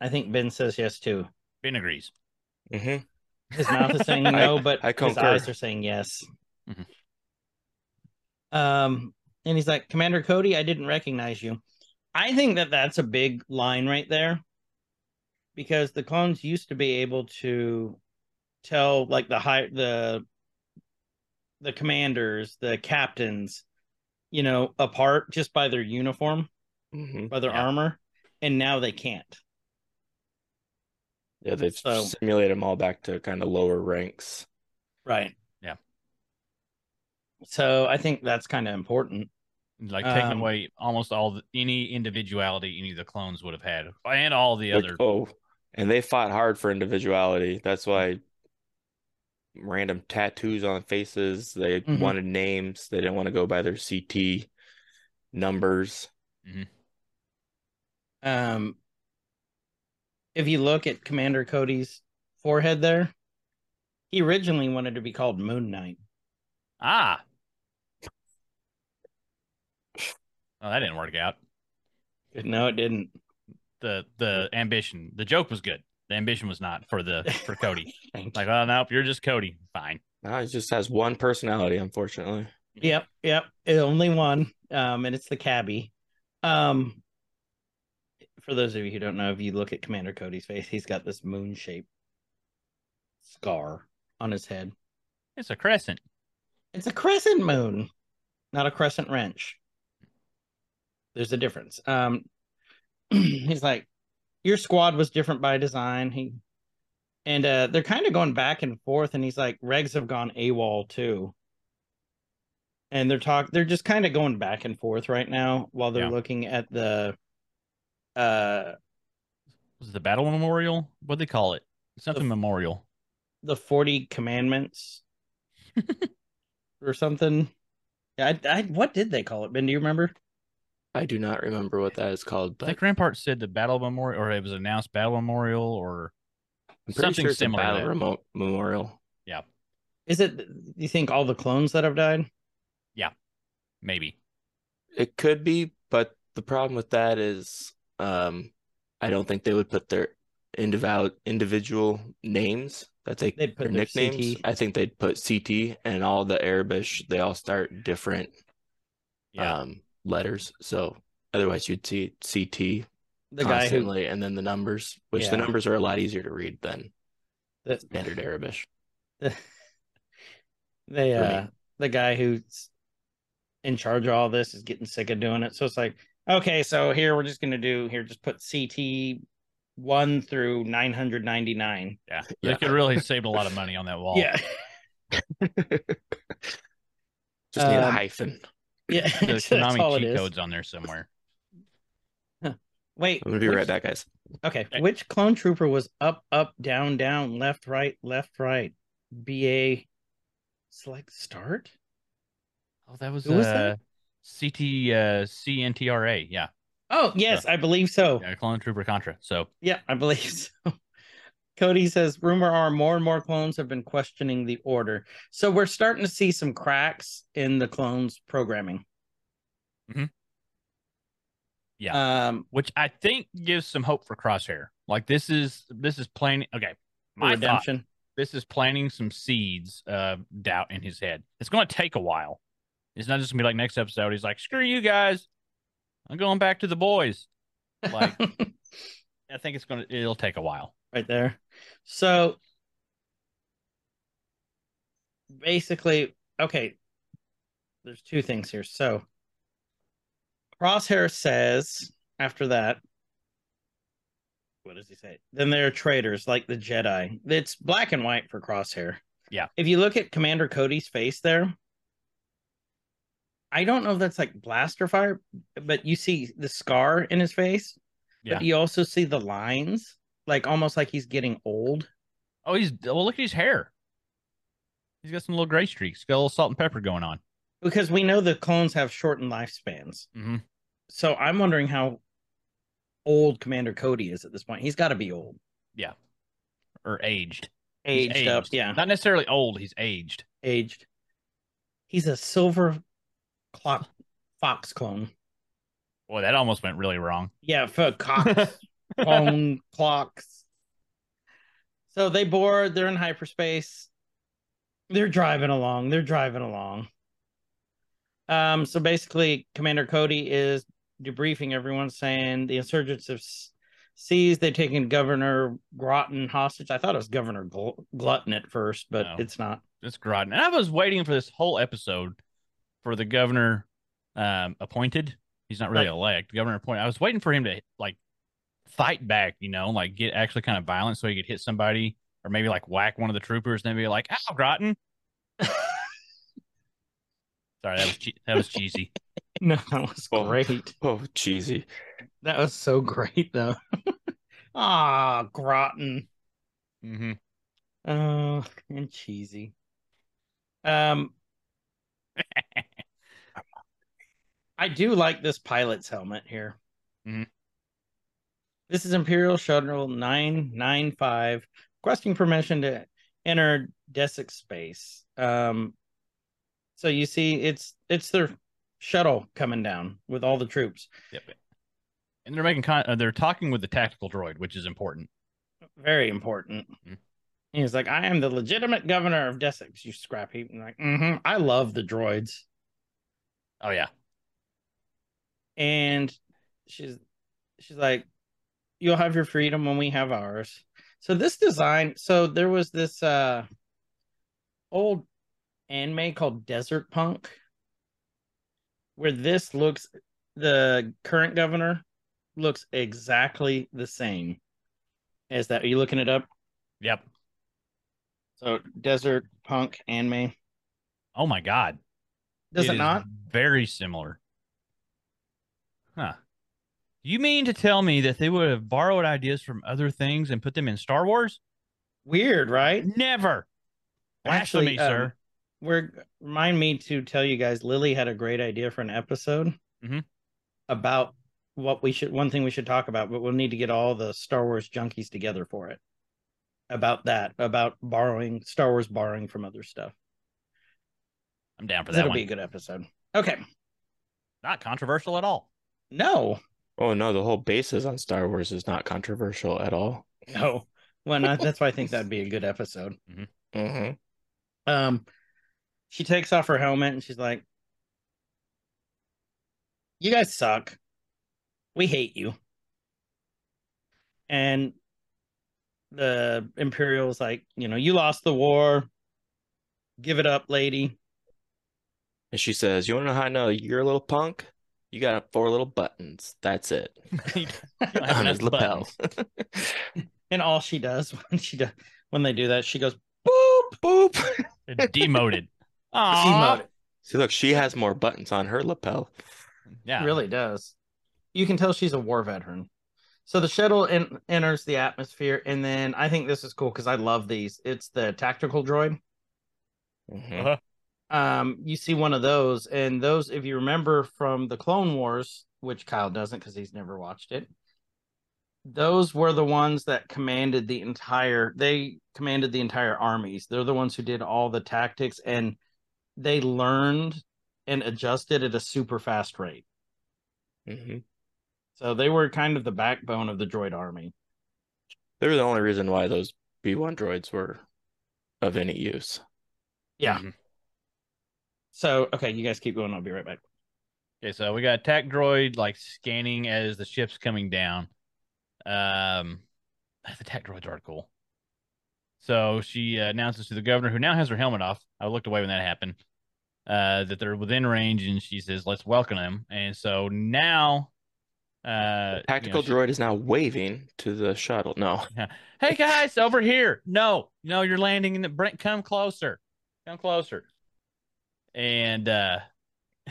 B: I think Ben says yes too.
C: ben agrees
D: hmm
B: Mm-hmm. His mouth is saying no, but
D: I
B: his
D: concur.
B: eyes are saying yes.
C: Mhm.
B: Um, and he's like, Commander Cody, I didn't recognize you. I think that that's a big line right there. because the clones used to be able to tell like the high the the commanders, the captains, you know, apart just by their uniform,
D: Mhm.
B: by their
C: Yeah.
B: armor, and now they can't.
D: Yeah, they've
B: So-
D: simulated them all back to kind of lower ranks.
B: Right.
C: Yeah.
B: So I think that's kind of important.
C: like taking
B: Um,
C: away almost all the, any individuality any of the clones would have had, and all the
D: Like,
C: other.
D: oh, and they fought hard for individuality. That's why random tattoos on faces. They
C: Mm-hmm.
B: Mhm.
D: wanted names. They didn't want to go by their CT numbers.
B: Um, if you look at Commander Cody's forehead there, he originally wanted to be called Moon Knight.
C: Ah, oh, that didn't work out.
B: No, it didn't.
C: The the ambition, the joke was good. The ambition was not for the
D: [LAUGHS]
C: for Cody.
B: [LAUGHS] Thank
C: like, oh no, you're just Cody. Fine.
D: Now he just has one personality, unfortunately.
B: Yep, yep. It only one. Um, and it's the cabbie. Um for those of you who don't know, if you look at Commander Cody's face, he's got this moon shaped scar on his head.
C: It's a crescent.
B: It's a crescent moon, not a crescent wrench. There's a difference. Um [CLEARS THROAT] he's like, Your squad was different by design. He and uh they're kind of going back and forth, and he's like, Regs have gone AWOL too. And they're talk they're just kind of going back and forth right now while they're
C: Yeah.
B: looking at the uh
C: Was it the battle memorial? What they call it? Something
B: The-
C: memorial.
B: the 40 commandments or something. Yeah, I, I what did they call it, Ben? Do you remember?
D: I do not remember what that is called,
C: I
D: but
C: think Rampart said the battle memorial, or it was announced battle memorial, or
D: I'm pretty
C: something
D: sure it's a
C: similar to
D: battle
C: that.
D: remo- memorial.
B: Is it you think all the clones that have died?
C: maybe.
D: It could be, but the problem with that is, um, I don't think they would put their individual individual names that they
B: They'd put their
D: their nicknames.
B: CT.
D: I think they'd put CT and all the Arabish. They all start different
C: Yeah.
D: um letters, so otherwise you'd see CT
B: The guy who
D: constantly, and then the numbers, which the
B: Yeah.
D: numbers are a lot easier to read than
B: the,
D: standard Arabish.
B: the, [LAUGHS] the
D: For me.
B: uh the guy who's in charge of all this is getting sick of doing it. So it's like, okay, so here we're just gonna do here, just put CT one through nine hundred ninety nine.
C: yeah.
D: Yeah.
C: They could really have saved a lot of money
D: [LAUGHS]
C: on that wall.
B: Yeah, [LAUGHS]
D: Just need a
B: Um,
D: hyphen.
B: yeah, [LAUGHS]
C: The [LAUGHS]
B: that's all
C: Konami
B: it
C: cheat
B: is.
C: codes on there somewhere.
B: Wait,
D: I'm gonna be
B: which-
D: right back, guys.
B: Okay,
C: Okay.
B: which clone trooper was up, up, down, down, left, right, left, right? BA select start?
C: Oh, that was,
B: Who was
C: uh,
B: that?
C: CT uh, CNTRA. Yeah.
B: Oh, yes, I believe so.
C: yeah, Clone Trooper Contra. So
B: Yeah, I believe [LAUGHS] so. Cody says rumor are more and more clones have been questioning the order. So we're starting to see some cracks in the clones programming.
C: Mhm. Yeah.
B: Um
C: which I think gives some hope for Crosshair. Like this is this is planning. Okay,
B: for
C: my thought.
B: redemption.
C: This is planting some seeds of doubt in his head. It's going to take a while. It's not just gonna be like next episode. He's like, screw you guys. I'm going back to the boys. [LAUGHS] Like
B: [LAUGHS]
C: I think it's gonna. It'll take a while.
B: right there. So basically, okay, there's two things here. So Crosshair says after that, what does he say? Then there are traitors like the Jedi. It's black and white for Crosshair.
C: Yeah.
B: If you look at Commander Cody's face there, I don't know if that's like blaster fire, but you see the scar in his face.
C: Yeah.
B: But you also see the lines, like almost like he's getting old.
C: Oh, he's well. Look at his hair. He's got some little gray streaks. He's got a little salt and pepper going on.
B: Because we know the clones have shortened lifespans.
C: Mm-hmm.
B: So I'm wondering how old Commander Cody is at this point. He's got to be old.
C: Or aged. He's
B: Aged, up.
C: aged.
B: Yeah.
C: Not necessarily old. He's aged.
B: aged. He's a silver clock fox clone.
C: Boy, that almost went really wrong.
B: Yeah, for [LAUGHS] cox clone clocks. So they board, they're in hyperspace. They're driving along. They're driving along. Um, so basically Commander Cody is debriefing everyone saying the insurgents have s- sees they've taken Governor Groton hostage. I thought it was Governor Gl- Glutton at first, but
C: No.
B: it's not.
C: It's Groton. And I was waiting for this whole episode for the governor um, appointed. He's not really elect. Governor appointed. I was waiting for him to like fight back, you know, like get actually kind of violent so he could hit somebody or maybe like whack one of the troopers and then be like, ow, Groton. Sorry, that was che- that was cheesy.
B: [LAUGHS] No, that was
D: Oh.
B: great.
D: Oh, cheesy.
B: That was so great though. [LAUGHS] Ah, Groton.
C: hmm
B: Oh, and cheesy. Um, [LAUGHS] I do like this pilot's helmet here.
C: Mhm.
B: This is Imperial Shuttle 995 requesting permission to enter Desic space. Um, so you see, it's it's their shuttle coming down with all the troops.
C: Yep. And they're making con- uh, they're talking with the tactical droid, which is important.
B: Very important.
C: Mhm.
B: He's like, I am the legitimate governor of Desic. You scrap heap. And like, mm-hmm, I love the droids.
C: Oh yeah.
B: and she's she's like you'll have your freedom when we have ours so this design so there was this uh old anime called desert punk where this looks the current governor looks exactly the same as that are you looking it up
C: Yep.
B: so desert punk anime
C: Oh my god.
B: does it
C: is
B: not
C: Very similar. Huh. You mean to tell me that they would have borrowed ideas from other things and put them in Star Wars?
B: weird right
C: Never. Blasphemy,
B: Actually, um,
C: sir.
B: We're remind me to tell you guys Lily had a great idea for an episode
C: Mhm.
B: about what we should one thing we should talk about, but we'll need to get all the Star Wars junkies together for it. About that, about borrowing Star Wars borrowing from other stuff.
C: I'm down for that
B: That'll
C: one.
B: be a good episode. Okay.
C: Not controversial at all. [LAUGHS]
B: No.
D: Oh no, the whole basis on Star Wars is not controversial at all.
B: No. Well, not, that's why I think that'd be a good episode.
D: Mm-hmm.
B: Um she takes off her helmet and she's like You guys suck. We hate you. and the Imperial's like, you know, you lost the war. Give it up, lady.
D: And she says, "You want to know how I know you're a little punk? You got four little buttons. That's it
B: [LAUGHS]
C: don't
D: [LAUGHS]
C: have
D: on his
C: enough
D: lapel." [LAUGHS]
B: And all she does [LAUGHS] when she does when they do that, she goes
D: boop boop.
B: [LAUGHS]
C: They're demoted.
B: "Aw."
C: Aw.
D: See, look, she has more buttons on her lapel.
C: Yeah.
B: Really does. You can tell she's a war veteran. So the shuttle en- enters the atmosphere, and then I think this is cool because I love these. It's the tactical droid.
D: Mhm.
B: um, you see one of those, and those, if you remember from the Clone Wars, which Kyle doesn't because he's never watched it, those were the ones that commanded the entire. They commanded the entire armies. They're the ones who did all the tactics, and they learned and adjusted at a super fast rate.
D: Mhm.
B: So they were kind of the backbone of the droid army.
D: They were the only reason why those B1 droids were of any use.
B: Yeah.
C: Mhm.
B: So okay, you guys keep going. I'll be right back.
C: Okay, so we got attack droid like scanning as the ship's coming down. Um, [SIGHS] the attack droids are cool. So she uh, announces to the governor, who now has her helmet off. I looked away when that happened. Uh, that they're within range, and she says, "Let's welcome them." And so now, uh,
D: Tactical
C: droid.
D: droid is now waving to the shuttle. No,
C: Hey guys, over here. No, no, you're landing in the brink. Come closer. Come closer. And uh [LAUGHS]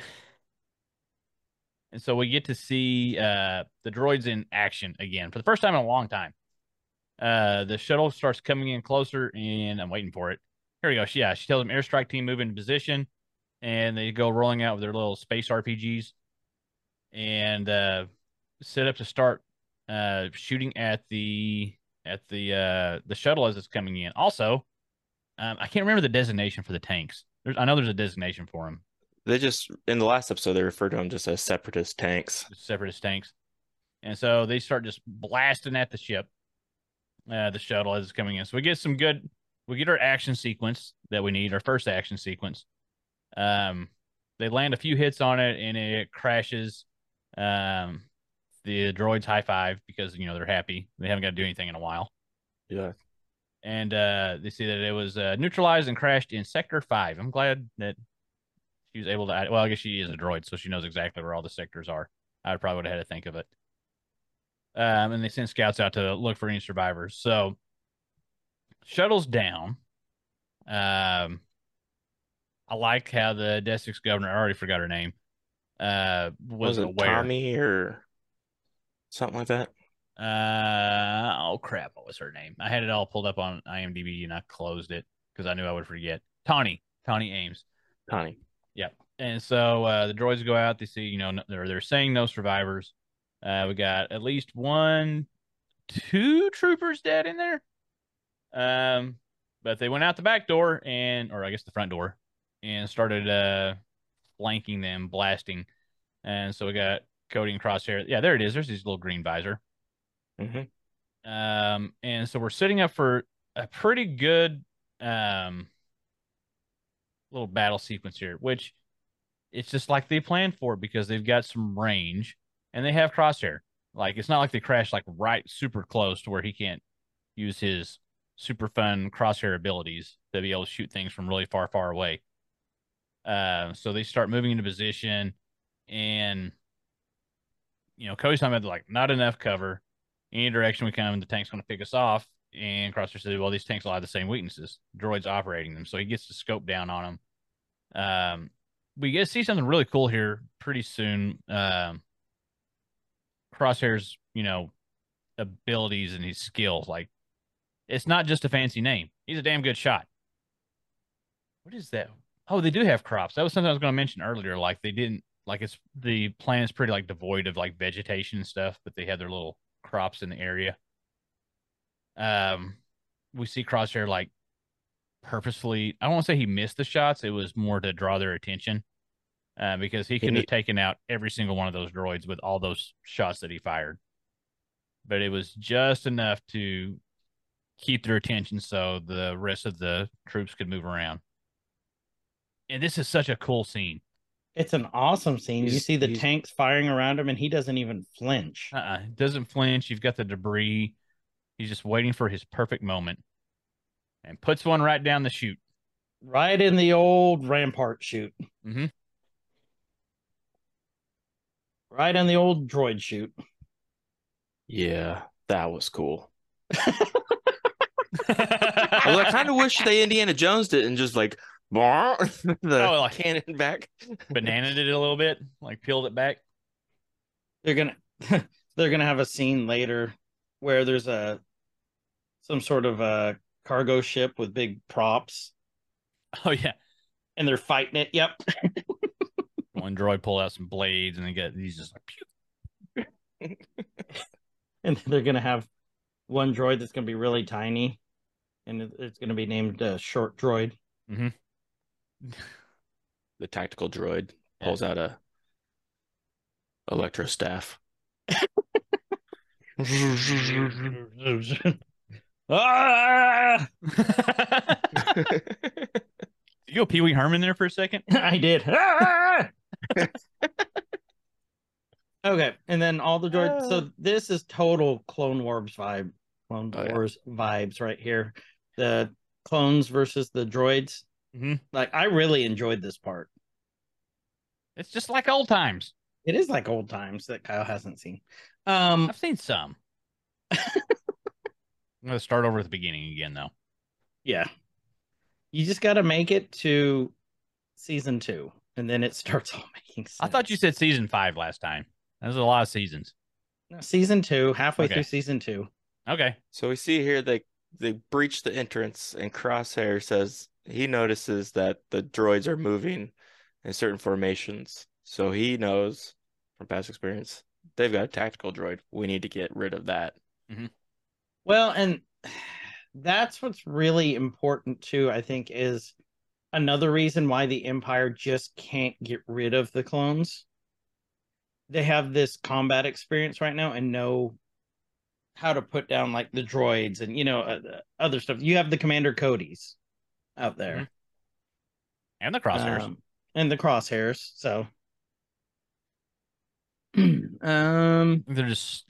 C: and so we get to see uh the droids in action again for the first time in a long time. Uh the shuttle starts coming in closer and I'm waiting for it. Here we go. She, yeah, she tells them airstrike team move into position and they go rolling out with their little space RPGs and uh set up to start uh shooting at the at the uh the shuttle as it's coming in. Also, um, I can't remember the designation for the tanks. There's I know there's a designation for them,
D: they just in the last episode they referred to them just as separatist tanks.
C: separatist tanks, and so they start just blasting at the ship, uh, the shuttle as it's coming in. So we get some good, we get our action sequence that we need, our first action sequence. Um, they land a few hits on it and it crashes, um, The droids high five because you know they're happy. They haven't got to do anything in a while.
D: Yeah.
C: And uh, they see that it was uh, neutralized and crashed in Sector Five. I'm glad that she was able to. Well, I guess she is a droid, so she knows exactly where all the sectors are. I probably would have had to think of it. Um, and they send scouts out to look for any survivors. So shuttles down. Um, I like how the Desix governor. I already forgot her name. Uh,
D: Was
C: was,
D: it
C: aware.
D: Tommy or something like that?
C: Uh oh crap, what was her name? I had it all pulled up on IMDb and I closed it because I knew I would forget. Tawny, Tawny Ames.
D: Tommy.
C: And so uh, the droids go out. They see, you know, no, they're they're saying no survivors. Uh, we got at least one, two troopers dead in there. Um, but they went out the back door and, or I guess the front door, and started uh flanking them, blasting. And so we got Cody and Crosshair. Yeah, there it is. There's his little green visor.
D: hmm
C: Um, and so we're sitting up for a pretty good um little battle sequence here, which it's just like they planned for because they've got some range and they have crosshair. Like it's not like they crash like right super close to where he can't use his super fun crosshair abilities to be able to shoot things from really far, far away. Uh, so they start moving into position and you know, Cody's talking about like not enough cover any direction we come, the tank's going to pick us off. And Crosser said, "Well, these tanks all have the same weaknesses. Droids operating them, so he gets the scope down on them." Um, we get to see something really cool here pretty soon. Um, Crosshair's, you know, abilities and his skills. Like, it's not just a fancy name. He's a damn good shot. What is that? Oh, they do have crops. That was something I was going to mention earlier. Like, they didn't like it's the planet's pretty like devoid of like vegetation and stuff, but they had their little crops in the area. Um, we see Crosshair like purposefully. I don't want to say he missed the shots. It was more to draw their attention, uh, because he could have
D: need-
C: taken out every single one of those droids with all those shots that he fired. But it was just enough to keep their attention so the rest of the troops could move around. And this is such a cool scene.
B: It's an awesome scene. you
D: He's-
B: see the
D: he's-
B: tanks firing around him, and he doesn't even flinch.
C: Uh-uh. Doesn't flinch. You've got the debris. He's just waiting for his perfect moment and puts one right down the chute.
B: Right in the old rampart shoot.
C: Mhm.
B: Right in the old droid shoot.
D: Yeah, that was cool. Although I kind of wish they Indiana Jones did and just like [LAUGHS] "Brr," the
C: [LAUGHS] Oh, like-
D: cannon back.
C: Bananaed it a little bit, like peeled it back. [LAUGHS]
B: They're gonna [LAUGHS] they're gonna have a scene later where there's a some sort of a cargo ship with big props,
C: Oh, yeah.
B: and they're fighting it. Yep. [LAUGHS]
C: One droid pulled out some blades and they got, he's just like, pew.
B: and they're gonna have one droid that's gonna be really tiny, and it- it's gonna be named uh, Short Droid.
D: The tactical droid pulls out a electro staff.
B: ah!
C: Did [LAUGHS] you go Pee Wee Herman there for a [LAUGHS] second?
B: I did. Ah! [LAUGHS] okay, and then all the droids.
C: [SIGHS]
B: So this is total Clone Wars vibe. Clone
D: Oh, yeah.
B: Wars vibes right here. The clones versus the droids.
C: Mhm.
B: Like I really enjoyed this part.
C: It's just like old times.
B: It is like old times that Kyle hasn't seen. Um,
C: I've seen some. I'm going to start over at the beginning again, though.
B: Yeah. You just got to make it to season two, and then it starts all [LAUGHS] making sense.
C: I thought you said season five last time. There's a lot of seasons.
B: No, season two, halfway
C: Okay.
B: through season two.
C: Okay.
D: So we see here they they breach the entrance, and Crosshair says he notices that the droids are moving in certain formations. So he knows from past experience they've got a tactical droid. We need to get rid of that.
B: Well, and [SIGHS] that's what's really important too. I think is another reason why the Empire just can't get rid of the clones. They have this combat experience right now and know how to put down like the droids and you know uh, other stuff. You have the Commander Cody's out there. Mm-hmm.
C: And the crosshairs.
B: [CLEARS THROAT] Um, and the crosshairs. So um,
C: They're just,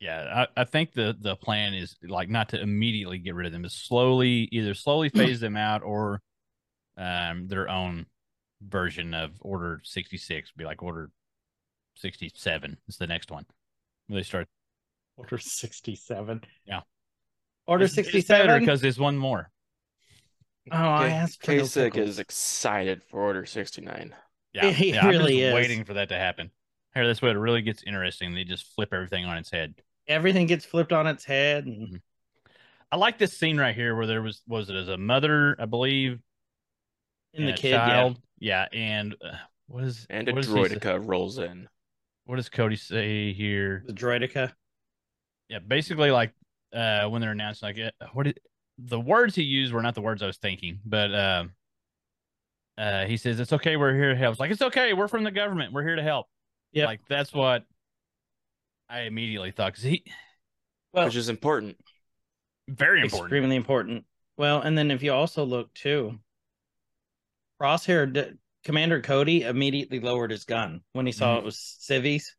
C: yeah. I, I think the the plan is like not to immediately get rid of them, but slowly
B: [CLEARS THROAT]
C: either slowly phase them out or um their own version of Order sixty six be like Order sixty seven is the next one. They start
B: Order sixty-seven.
C: Yeah.
B: Order sixty-seven.
C: because there's one more.
B: Oh, I
D: K-
B: asked for no
D: Kasich
B: pickles.
D: is excited for Order 69.
B: [LAUGHS]
C: Yeah,
B: He
C: yeah, I'm just
B: really is.
C: waiting for that to happen. Here, that's what it really gets interesting. They just flip everything on its head.
B: Everything gets flipped on its head. And...
C: I like this scene right here where there was was it as a mother, I believe,
B: In the
C: and a
B: kid, yeah.
C: child. yeah, and uh, what is
D: And a
C: what does he say-
D: droidica rolls in.
C: what does Cody say here?
B: The droidica.
C: Yeah, basically like uh when they're announcing like uh, what did the words he used were not the words I was thinking, but um uh, he says it's okay we're here to help. It's like it's okay we're from the government we're here to help.
B: Yep.
C: like that's what I immediately thought because he
B: Well,
D: which is important.
C: very important.
B: extremely important. Well, and then if you also look too, Crosshair d- Commander Cody immediately lowered his gun when he saw
C: Mhm.
B: it was civies.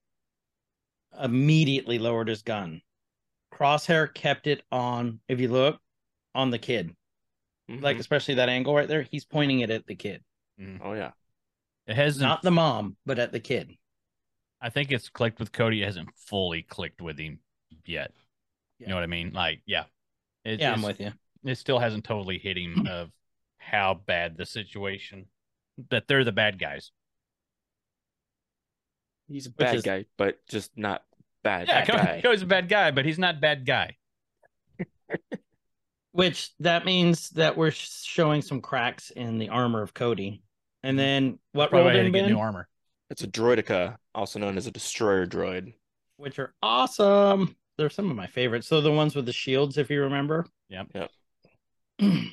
B: Immediately lowered his gun. Crosshair kept it on. If you look on the kid, like
C: Mm-hmm.
D: Mhm.
B: especially that angle right there, he's pointing it at the kid,
D: oh yeah,
C: It hasn't.
B: not the mom, but at the kid.
C: I think it's clicked with Cody. It hasn't fully clicked with him yet. You
B: Yeah.
C: know what I mean? Like, yeah, it,
B: yeah, I'm
C: it's-
B: with you.
C: It still hasn't totally hit
B: Hmm.
C: him of how bad the situation that they're the bad guys.
D: he's a
B: Which
D: bad
B: is-
D: guy, but just not bad
C: Yeah, Cody,
D: guy.
C: Cody's a bad guy, but he's not bad guy.
B: Which that means that we're sh- showing some cracks in the armor of Cody. And then what rolled
C: Mm-hmm. Probably had to
B: in
C: get
B: Ben?
C: new armor.
D: It's a droidica, also known as a destroyer droid.
B: which are awesome. They're some of my favorites. So the ones with the shields, if you remember.
C: Yep.
D: Yep.
B: [CLEARS THROAT]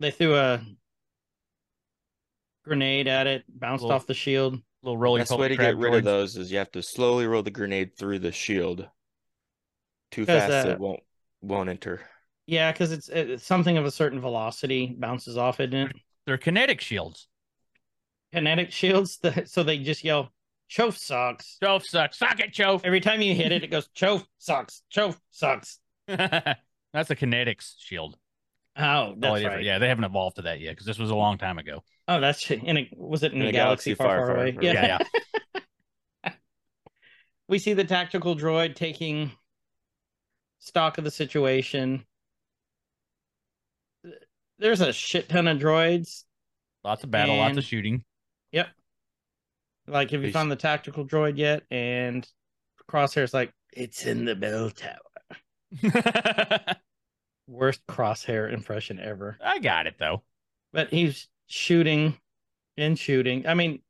B: they threw a grenade at it, bounced
C: Little-
B: off the shield.
C: Little rolling.
D: Best way to get rid of those is you have to slowly roll the grenade through the shield. Too
B: Because,
D: fast,
B: uh,
D: it won't won't enter.
B: Yeah, because it's, it's something of a certain velocity bounces off it. and
C: They're kinetic shields.
B: Kinetic shields, [LAUGHS] the, so they just yell, "Chof sucks."
C: Chof sucks. Suck it, Chof.
B: Every time you hit it, it goes, "Chof sucks." Chof sucks.
C: [LAUGHS] That's a kinetics shield.
B: Oh, that's
C: Totally
B: right.
C: different. Yeah, they haven't evolved to that yet because this was a long time ago.
B: Oh, that's in a was it in, a, galaxy, far, far, away?
D: Yeah.
C: yeah.
B: [LAUGHS] we see the tactical droid taking stock of the situation. There's a shit ton of droids.
C: Lots of battle, lots
B: And-
C: of shooting. [LAUGHS]
B: Like, have you
D: Peace.
B: found the tactical droid yet? And Crosshair's like, it's in the bell tower.
C: I
B: Worst Crosshair impression ever.
C: got it though.
B: But he's shooting and shooting. I mean,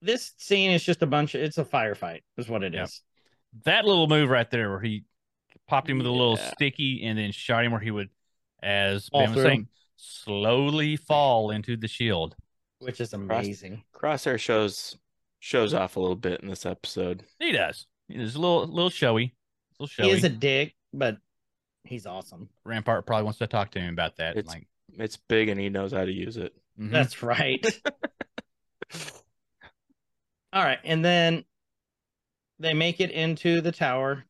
B: this scene is just a bunch of, it's a firefight, is what it is.
C: Yeah. That little move right there where he popped him with a little
D: Yeah.
C: sticky and then shot him where he would, as
B: Fall
C: Ben was
B: through.
C: saying, slowly fall into the shield.
B: Which is amazing.
D: Crosshair shows shows off a little bit in this episode.
C: He does. He's a little little showy. A little showy.
B: He is a dick, but he's awesome.
C: Rampart probably wants to talk to him about that.
D: It's-
C: like
D: It's big and he knows how to use it.
C: mhm.
B: That's right.
C: [LAUGHS]
B: All right, and then they make it into the tower,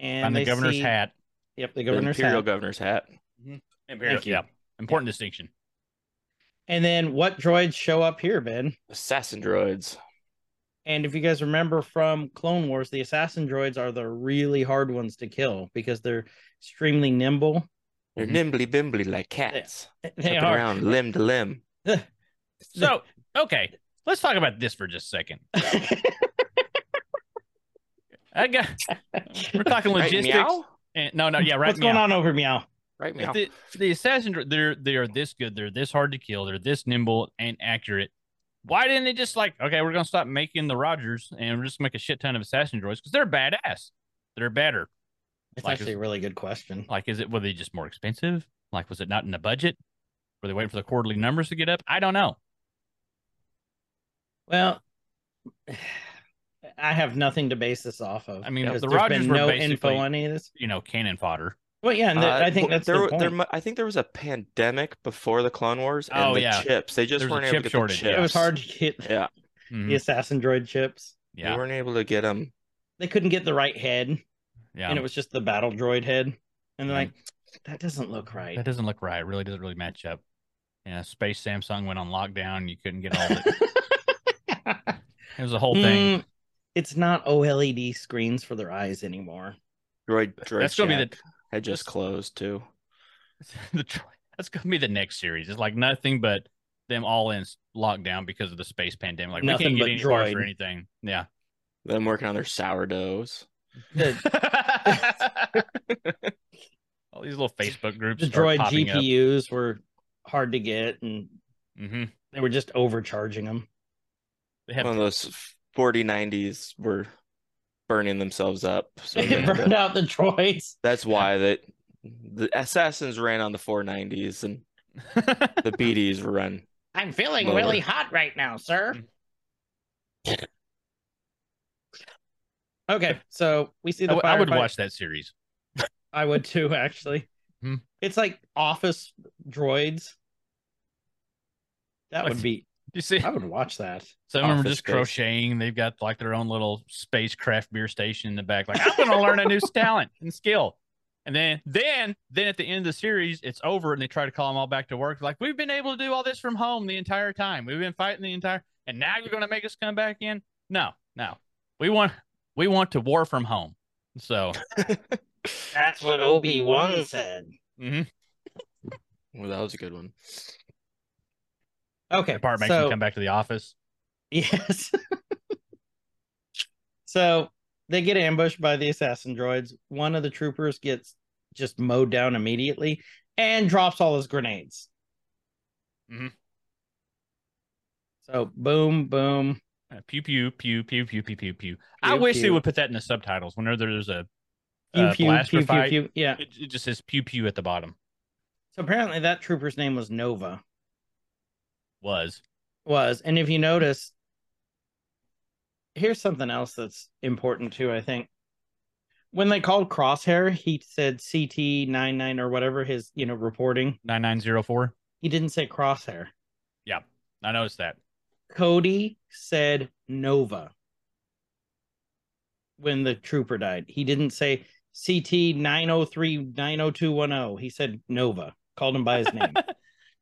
B: and
C: find the
B: they
C: governor's
B: see-
C: hat.
B: Yep, the
D: The
B: governor's
D: Imperial
B: hat.
D: governor's hat.
C: Imperial-
B: you.
C: Yeah.
B: [LAUGHS]
C: Important distinction.
B: and then what droids show up here, Ben?
D: Assassin droids.
B: And if you guys remember from Clone Wars, the assassin droids are the really hard ones to kill because they're extremely nimble. [LAUGHS]
D: They're
C: Mhm.
D: nimbly bimbly like cats.
B: They
D: Up and
B: are.
D: around limb to limb.
C: So okay, let's talk about this for just a
B: [LAUGHS]
C: second. I got. We're talking
D: Right,
C: logistics.
D: meow?
C: and, no, no, yeah, right.
B: What's
C: meow.
B: going on over meow?
D: Right
C: If
D: meow.
C: the, the assassin dr- they're they are this good they're this hard to kill they're this nimble and accurate why didn't they just like okay we're gonna stop making the rogers and we're just make a shit ton of assassin droids because they're badass they're better
B: It's
C: Like,
B: actually
C: is-
B: a really good question.
C: like is it were they just more expensive like was it not in the budget were they waiting for the quarterly numbers to get up i don't know
B: Well, [SIGHS] I have nothing to base this off of.
C: I mean,
B: because
C: the
B: there's
C: Rogers
B: been
C: were
B: no info
C: basically-
B: on any of this.
C: you know cannon fodder
B: Well, yeah, and the-
D: Uh,
B: I think
D: well,
B: that's
D: there,
B: the
D: were-
B: point.
D: there. mu- I think there was a pandemic before the Clone Wars, and
C: Oh,
D: the
C: yeah.
D: chips they just
C: There was a
D: weren't able
C: chip
D: to get
C: shortage,
D: the
C: yeah.
D: chips.
B: It was hard to get.
D: Yeah,
C: Mhm.
B: the assassin droid chips.
D: We
C: Yeah.
D: weren't able to get them.
B: They couldn't get the right head,
C: Yeah.
B: and it was just the battle droid head. And they're like,
C: Mhm.
B: that doesn't look right.
C: That doesn't look right. It really doesn't really match up. Yeah, Space Samsung went on lockdown. You couldn't get all of it.
B: [LAUGHS]
C: It was a whole thing.
B: Mm, it's not OLED screens for their eyes
C: [LAUGHS]
B: anymore.
D: Droid, droid
C: That's gonna be the
D: Shack had just closed too.
C: [LAUGHS] the tr- that's gonna be the next series. It's like nothing but them all in s- lockdown because of the space pandemic. Like
B: Nothing
C: we
B: but
C: can't get any parts or
B: droid.
C: anything. Yeah.
D: Them working on their sourdoughs.
B: The,
C: [LAUGHS] all these little Facebook groups.
B: the droid GPUs were hard to get, and
C: hmm
B: they were just overcharging them.
C: They have
D: One of those 4090s were burning themselves up. So
B: [LAUGHS]
D: they
B: it
D: had to-
B: burned out the
C: [LAUGHS]
B: droids.
D: that's why that the assassins ran on the 490s and
B: [LAUGHS]
C: [LAUGHS]
D: the BDs were run.
B: I'm feeling
D: Lower.
B: really hot right now, sir. okay, so we see
C: I
B: the.
C: w- I would
B: firefight-
C: watch that series.
B: I would too, actually.
C: Hmm.
B: It's like office droids. That
C: Like-
B: would be.
C: You see,
B: I would watch that.
C: Some of them are
D: Office
C: just
D: Space.
C: crocheting. They've got like their own little space craft beer station in the back. Like, I'm gonna learn a new talent and skill. And then, then, then at the end of the series, it's over, and they try to call them all back to work. Like, we've been able to do all this from home the entire time. We've been fighting the entire, and now you're gonna make us come back in? No, no. We want, we want to war from home. So,
B: That's what Obi Wan said.
C: mhm.
D: Well, that was a good one.
B: Okay,
C: the part makes
B: so
C: them come back to the office.
B: Yes. [LAUGHS] so they get ambushed by the assassin droids. One of the troopers gets just mowed down immediately and drops all his grenades.
C: Mhm.
B: So boom, boom.
C: Uh, pew pew pew pew pew pew pew pew. I
B: Pew,
C: wish they
B: pew.
C: would put that in the subtitles whenever there's a
B: Pew,
C: uh,
B: pew,
C: blaster
B: pew, pew,
C: fight.
B: pew. Yeah.
C: It, it just says pew pew at the bottom.
B: So apparently that trooper's name was Nova.
C: Was
B: Was. And if you notice, here's something else that's important too, I think. When they called Crosshair, he said CT99 or whatever his, you know, reporting.
C: nine nine zero four.
B: He didn't say crosshair.
C: I noticed that.
B: Cody said Nova when the trooper died. He didn't say CT 903 90210. oh, He said Nova. Called him by his name.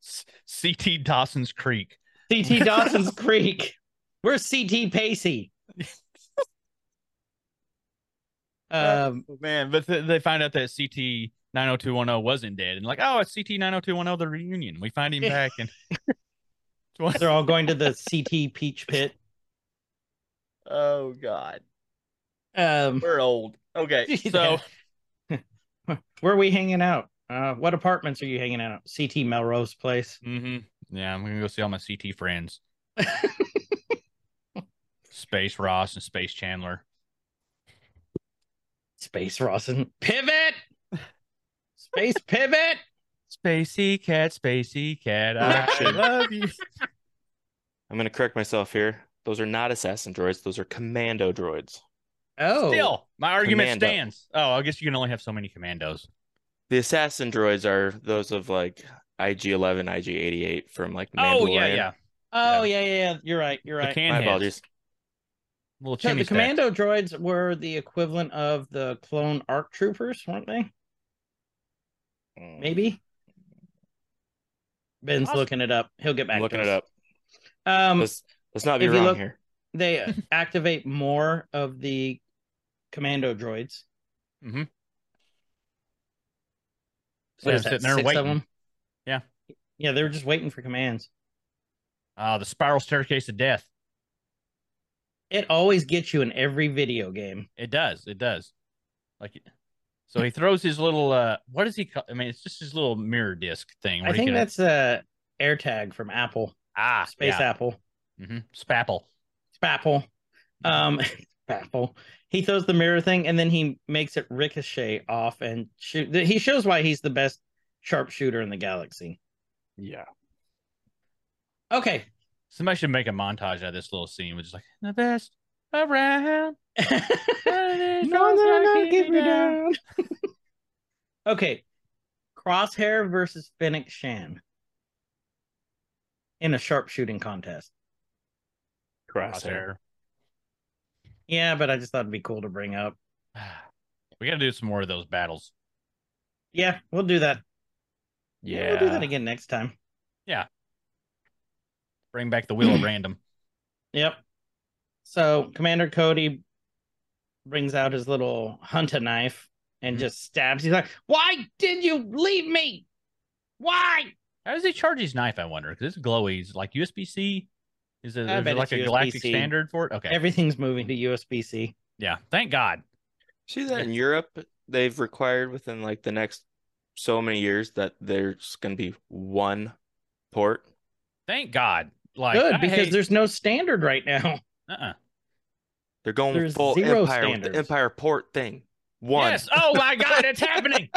C: S- CT Dawson's Creek.
B: CT Dawson's Creek. Where's CT
C: [LAUGHS]
B: Pacey? um,
C: Oh, man, but th- they find out that CT nine zero two one zero wasn't dead, and like, oh, it's CT nine zero two one zero. The reunion. We find him back, and
B: they're all going to the CT Peach Pit.
C: oh god,
B: Um,
C: we're old.
B: [LAUGHS]
C: Okay, so
B: where are we hanging out? Uh, what apartments are you hanging out? at? CT Melrose Place.
C: hmm yeah, I'm gonna go see all my
B: [LAUGHS]
C: CT friends. Space Ross and Space Chandler.
B: Space Rawson.
C: [LAUGHS]
B: Pivot. Space pivot.
C: Spacey cat, spacey cat, I
D: Action.
C: love you.
D: I'm gonna correct myself here. Those are not assassin droids. Those are commando droids.
B: Oh,
C: Still, my argument
D: Commando.
C: stands. Oh, I guess you can only have so many commandos.
D: The assassin droids are those of like IG-11, IG-88 from like Mandalorian.
C: Oh yeah, yeah.
B: oh yeah, yeah, yeah. You're right. You're
C: The
B: right.
C: can
D: My
C: heads.
D: apologies.
C: Little
B: So
C: chimney
B: the
C: stacks.
B: commando droids were the equivalent of the clone arc troopers, weren't they? Maybe. Ben's
C: Awesome.
B: looking it up. He'll get back.
D: I'm looking
B: to
D: it
B: us.
D: up.
B: Um,
D: Let's let's not be
B: if you
D: wrong
B: look-
D: here.
B: they [LAUGHS] activate more of the commando droids.
C: Mhm.
B: What
C: Yeah,
B: is that,
C: sitting there
B: six
C: waiting.
B: Of them?
C: Yeah.
B: Yeah, they were just waiting for commands.
C: Ah, the spiral staircase of death.
B: It always gets you in every video game.
C: It does. It does. Like, so he throws his little. uh What does he? Call, I mean, it's just his little mirror disc thing. where
B: I
C: he
B: think
C: can-
B: that's uh AirTag from Apple,
C: ah
B: Space
C: yeah.
B: Apple,
C: Mhm. Spapple.
B: Spapple. Um, [LAUGHS] Spapple. He throws the mirror thing and then he makes it ricochet off and shoot. He shows why he's the best sharpshooter in the galaxy.
D: Yeah.
B: Okay,
C: Somebody should make a montage out of this little scene, which is like the best
B: [LAUGHS]
C: around. no
B: [LAUGHS] okay. Crosshair versus Fennec Shan in a sharpshooting contest.
D: Crosshair.
B: Yeah, but I just thought it'd be cool to bring up.
C: Crosshair. [SIGHS] We got to do some more of those battles.
B: Yeah, we'll do that.
D: Yeah.
B: we'll do that again next time.
C: Bring back the
B: [CLEARS THROAT]
C: wheel of random.
B: Yep. So Commander Cody brings out his little hunter knife and
C: Mhm.
B: just stabs. He's like, "Why did you leave me? Why?"
C: How does he charge his knife? I wonder because it's glowy. Is it like USB C? Is it,
B: I
C: is
B: bet
C: it like
B: it's
C: a galactic
B: USB-C.
C: standard for it? Okay.
B: Everything's moving to USB C.
C: yeah. Thank God.
D: See that in Europe, they've required within like the next so many years that there's going to be one port.
C: Thank God. Like
B: Good
C: I
B: because
C: hate-
B: there's no standard right now. [LAUGHS]
C: uh-uh.
D: They're going
B: There's
D: full
B: zero
D: empire with
B: standards.
D: the empire port thing. One.
C: Yes. Oh my God, it's
D: [LAUGHS]
C: happening.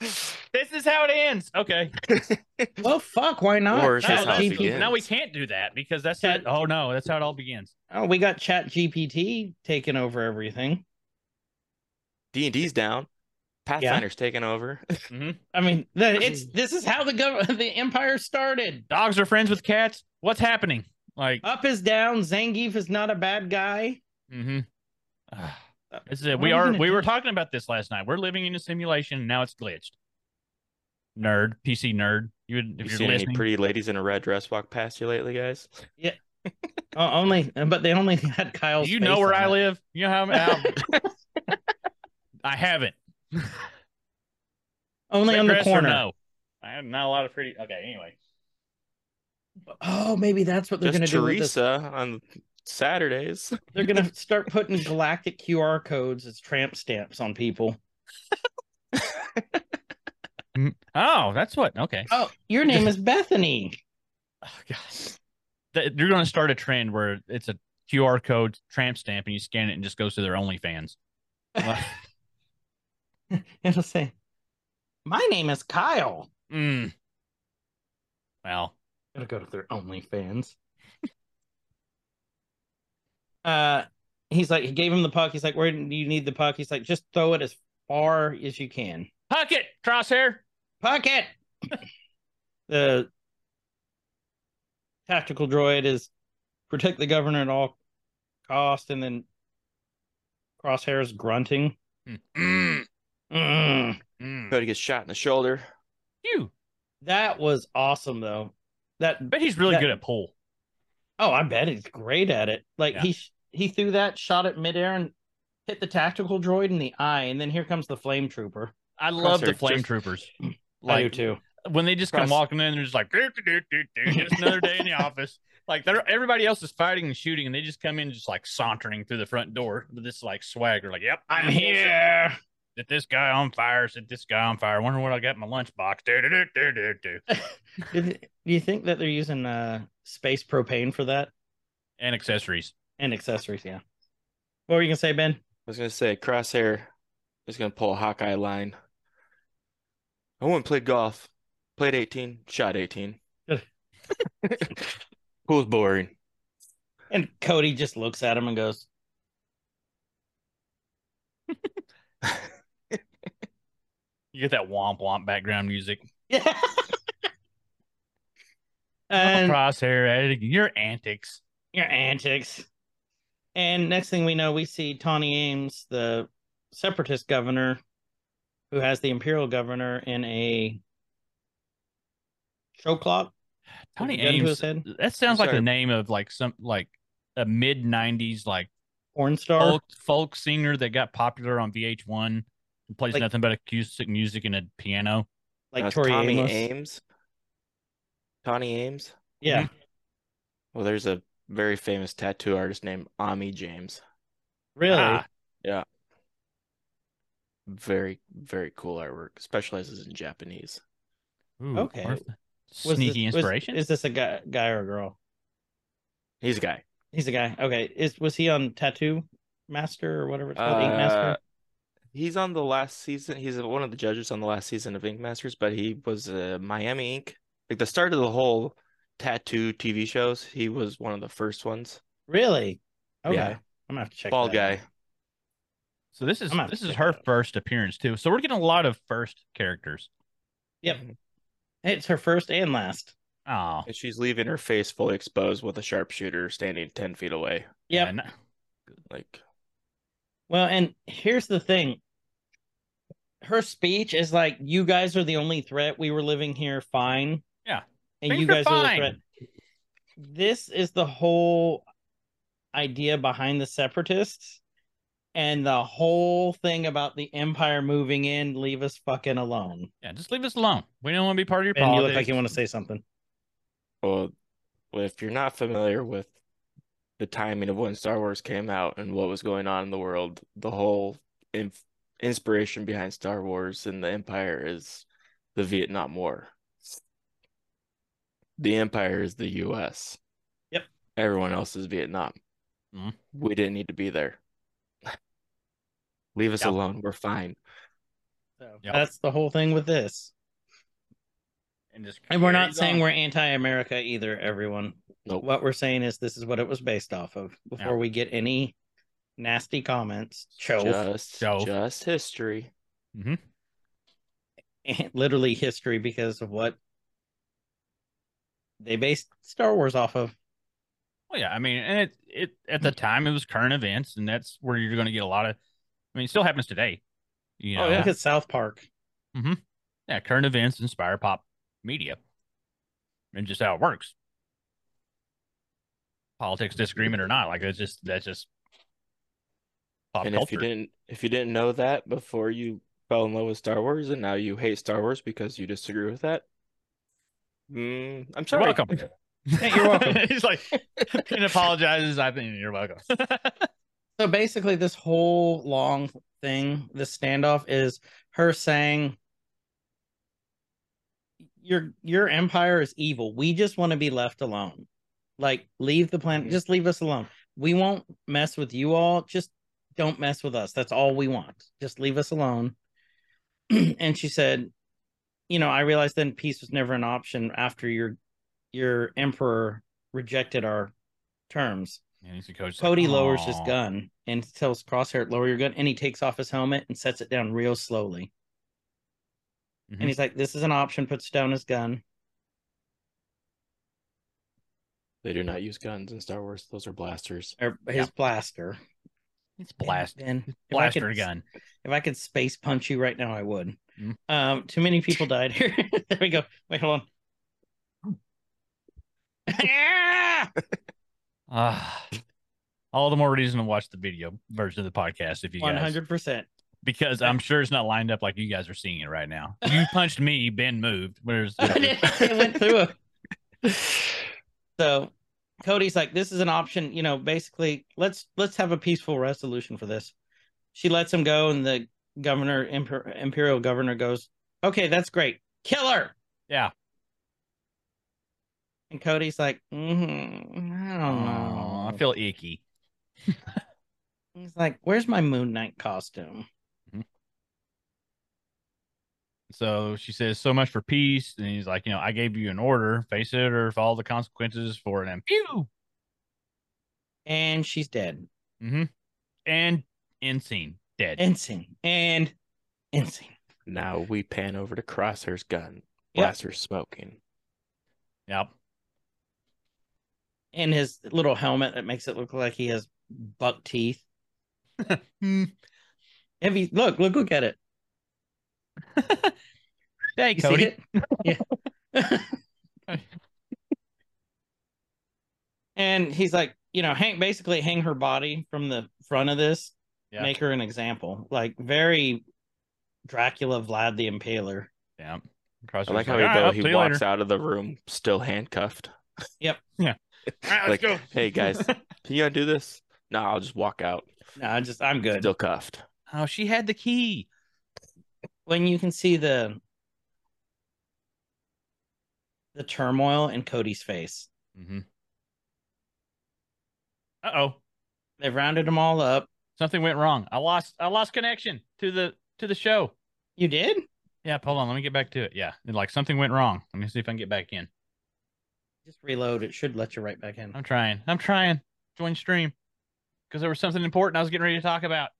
C: This is how it ends. Okay.
B: Well, fuck, why not?
D: Or it's
C: No,
D: just how
C: that's-
D: it
B: ChatGPT.
D: begins.
C: no, we can't do that because that's it. Oh no, that's how it all begins.
B: Oh, we got Chat GPT taking over everything.
D: D and D's down. Pathfinder's taking over.
B: I mean, the- it's this is how the gov- [LAUGHS] the empire started.
C: Dogs are friends with cats. What's happening? Like,
B: Up is down. Zangief is not a bad guy.
C: mm-hmm. this is
B: uh, what
C: it.
B: are
C: We
B: you
C: are.
B: gonna
C: We
B: do?
C: were talking about this last night. We're living in a simulation. And now it's glitched. Nerd, PC nerd. You would
D: You
C: if
D: seen
C: you're
D: any
C: listening.
D: pretty ladies in a red dress walk past you lately, guys?
B: Oh, only, but they only [LAUGHS] had Kyle's.
C: you know
B: face
C: where
B: on
C: I
B: it.
C: live. You know how. how
B: [LAUGHS]
C: I haven't.
B: Only
C: Red
B: on the
C: dress or
B: corner.
C: No. I have not a lot of pretty. Okay. Anyway.
B: Oh, maybe that's what they're going to
D: Just
B: do. With this.
D: Teresa on
B: [CLEARS THROAT]
D: Saturdays.
B: They're going to start putting galactic QR codes as tramp stamps on people.
C: Oh, that's what. Okay.
B: Oh, [LAUGHS] your name is Bethany.
C: Oh gosh. That, you're going to start a trend where it's a QR code tramp stamp and you scan it and just goes to their [LAUGHS] OnlyFans. Like,
B: It'll say, "My name is Kyle."
C: mm. Well,
B: Gotta go to their OnlyFans. uh, he's like, he gave him the puck. He's like, "Where do you need the puck?" He's like, "Just throw it as far as you can."
C: puck it, crosshair.
B: Puck it. [LAUGHS] the tactical droid is protect the governor at all cost, and then Crosshair's grunting.
C: Mm. Mm.
B: Mm.
C: Mm.
D: Cody gets shot in the shoulder.
C: Phew.
B: That was awesome, though. That
C: Bet he's really
B: That-
C: good at pool.
B: Oh, I bet he's great at it. Like
C: Yeah.
B: he he threw that shot at midair and hit the tactical droid in the eye, and then here comes the flame trooper.
C: I love the
D: Crosshair
C: flame
D: just-
C: troopers.
B: I do
C: Like
B: too.
C: when they just
D: Cross-
C: come walking in, they're just like, "Doo, doo, doo, doo, doo, just another day in the office. Like they're everybody else is fighting and shooting, and they just come in just like sauntering through the front door with this like swagger, like, "Yep,
B: [LAUGHS] I'm here.
C: set this guy on fire, set this guy on fire. Wonder what I got in my lunchbox. Do, do, do, do, do, do.
B: Do th- do you think that they're using uh space propane for that
C: And accessories.
B: and accessories? Yeah. What were you gonna say, Ben?
D: I was gonna say Crosshair is gonna pull a Hawkeye line. I went and played golf. Played 18,
B: [LAUGHS]
D: shot 18. Pool's boring.
B: And Cody just looks at him and goes,
C: You get that womp womp background music.
B: "Yeah."
C: And,
B: and
C: crosshair editing your antics.
B: your antics. And next thing we know, we see Tawny Ames, the separatist governor, who has the imperial governor in a show clock.
C: Tony
B: Gun to his
C: Ames.
B: head?
C: That sounds like the
D: Sorry.
C: name of like some like a mid '90s like
B: Porn star.
C: folk, folk singer that got popular on VH1 and plays
B: Like-
C: nothing but acoustic music and a piano.
B: like
D: That's
B: Tori
D: Tommy
B: Amos.
D: Ames. Tawny Ames.
B: Yeah.
D: Well, there's a very famous tattoo artist named Ami James.
B: Really?
C: Ah,
D: Very, very cool artwork. Specializes in Japanese.
C: ooh,
B: Okay.
C: worth-
B: Was this-
C: Sneaky
B: was-
C: inspiration.
B: is this a guy, guy or a girl?
D: He's a guy.
B: He's a guy. Okay. Is was he on Tattoo Master or whatever it's called? Ink
D: Uh,
B: Master?
D: He's on the last season. He's one of the judges on the last season of Ink Masters, but he was uh, Miami Ink. Like the start of the whole tattoo TV shows, he was one of the first ones.
B: Really? Okay.
D: yeah.
B: I'm gonna have to check.
D: Bald
B: that out.
D: guy.
C: so this is
B: I'm gonna have
C: this
B: to
C: is
B: check that
C: her
B: out.
C: first appearance too. So we're getting a lot of first characters.
B: Yep. It's her first and last.
C: Oh,
D: And she's leaving her face fully exposed with a sharpshooter standing 10 feet away.
C: yeah.
B: Yep.
C: n-
D: Like,
B: Well, and here's the thing. Her speech is like, you guys are the only threat. We were living here fine.
C: Yeah.
B: And
C: Things
B: you
C: are
B: guys are the
C: fine.
B: threat. This is the whole idea behind the separatists and the whole thing about the empire moving in, leave us fucking alone.
C: Yeah, just leave us alone. We don't want to be part of your
B: And
C: politics.
B: you look like you want to say something.
D: well, if you're not familiar with the timing of when Star Wars came out and what was going on in the world, the whole inf- inspiration behind Star Wars and the Empire is the Vietnam War. The Empire is the U.S.
B: Yep.
D: Everyone else is Vietnam.
C: Mhm.
D: We didn't need to be there. [LAUGHS] Leave us
C: Yep.
D: alone. We're fine.
B: So
C: Yep.
B: that's the whole thing with this.
C: and, just
B: And we're
C: carry
B: not
C: it
B: saying
C: on.
B: we're anti America either, everyone.
D: Nope.
B: What we're saying is this is what it was based off of before we get any nasty comments. [LAUGHS] Chof.
D: Just,
C: Dove.
D: just history.
B: Literally history because of what they based Star Wars off of.
C: Well, yeah, I mean, and it it at
B: Mm.
C: the time it was current events, and that's where you're going to get a lot of. I mean, it still happens today. You know,
B: Oh, Look at South Park.
C: yeah, current events inspire pop media, and just how it works. Politics, disagreement or not, like that's just that's just pop
D: and if you
C: culture. [LAUGHS]
D: didn't if you didn't know that before you fell in love with Star Wars and now you hate Star Wars because you disagree with that, mm, I'm
C: You're
D: sorry.
C: welcome.
B: Yeah, you're [LAUGHS] welcome.
C: He's like, and apologizes. I think you're welcome. [LAUGHS]
B: So basically, this whole long thing, this standoff, is her saying, "Your your empire is evil. We just want to be left alone. Like, leave the planet.
D: Mhm.
B: Just leave us alone. We won't mess with you all. Just don't mess with us. That's all we want. Just leave us alone." [CLEARS THROAT] and she said, "You know, I realized then peace was never an option after your your emperor rejected our terms."
C: and he's the coach. like,
B: Cody lowers his
C: "Aw."
B: gun and tells Crosshair, lower your gun. And he takes off his helmet and sets it down real slowly.
C: Mhm.
B: And he's like, this is an option, puts down his gun.
D: [LAUGHS] They do not use guns in Star Wars. Those are blasters.
B: Or his
C: Yeah.
B: blaster.
C: It's blast.
B: And if I
C: Blaster
B: could-
C: gun.
B: If I could space punch you right now, I would.
C: Mhm.
B: Um, too many people died here. [LAUGHS] there we go. Wait, hold on.
C: Ah! Ah. all the more reason to watch the video version of the podcast if you
B: One
C: guys,
B: hundred percent.
C: because I'm sure it's not lined up like you guys are seeing it right now. You punched me, Ben moved. Where's
B: [LAUGHS] It went through him.
C: [LAUGHS]
B: So Cody's like, this is an option, you know, basically let's let's have a peaceful resolution for this. She lets him go, and the governor, imper- imperial governor, goes, "Okay, that's great. Kill her."
C: Yeah.
B: And Cody's like, mm, "I don't know."
C: I feel icky.
B: He's like, "Where's my Moon Knight costume?"
C: So she says so much for peace, and he's like, you know, I gave you an order, face it or follow the consequences for an pew.
B: And she's dead.
C: Mm-hmm. And end scene dead.
B: Insane. And insane.
D: Now we pan over to Crosshair's gun.
B: Yeah.
D: Blaster's smoking.
C: yep.
B: And his little helmet that makes it look like he has buck teeth.
C: Hmm.
B: Have you look? Look! Look [LAUGHS] at it.
C: Hey,
B: You
C: Cody.
B: see it? Yeah. [LAUGHS] and he's like, you know, hang basically hang her body from the front of this,
C: Yeah.
B: make her an example, like very Dracula, Vlad the Impaler.
C: Yeah.
D: I like how he, though, he walks out of the room still handcuffed.
C: [LAUGHS] let's
D: like,
C: go.
D: hey
C: [LAUGHS]
D: guys, can you undo this? No, I'll just walk out.
B: No, I just I'm good.
D: Still cuffed.
C: Oh, she had the key.
B: When you can see the the turmoil in Cody's face,
C: Mm-hmm. Uh oh,
B: they've rounded them all up.
C: something went wrong. I lost. I lost connection to the to the show.
B: You did?
C: Yeah, hold on. Let me get back to it. Yeah, like something went wrong. Let me see if I can get back in.
B: Just reload. It should let you right back in.
C: I'm trying. I'm trying. Join stream because there was something important I was getting ready to talk about.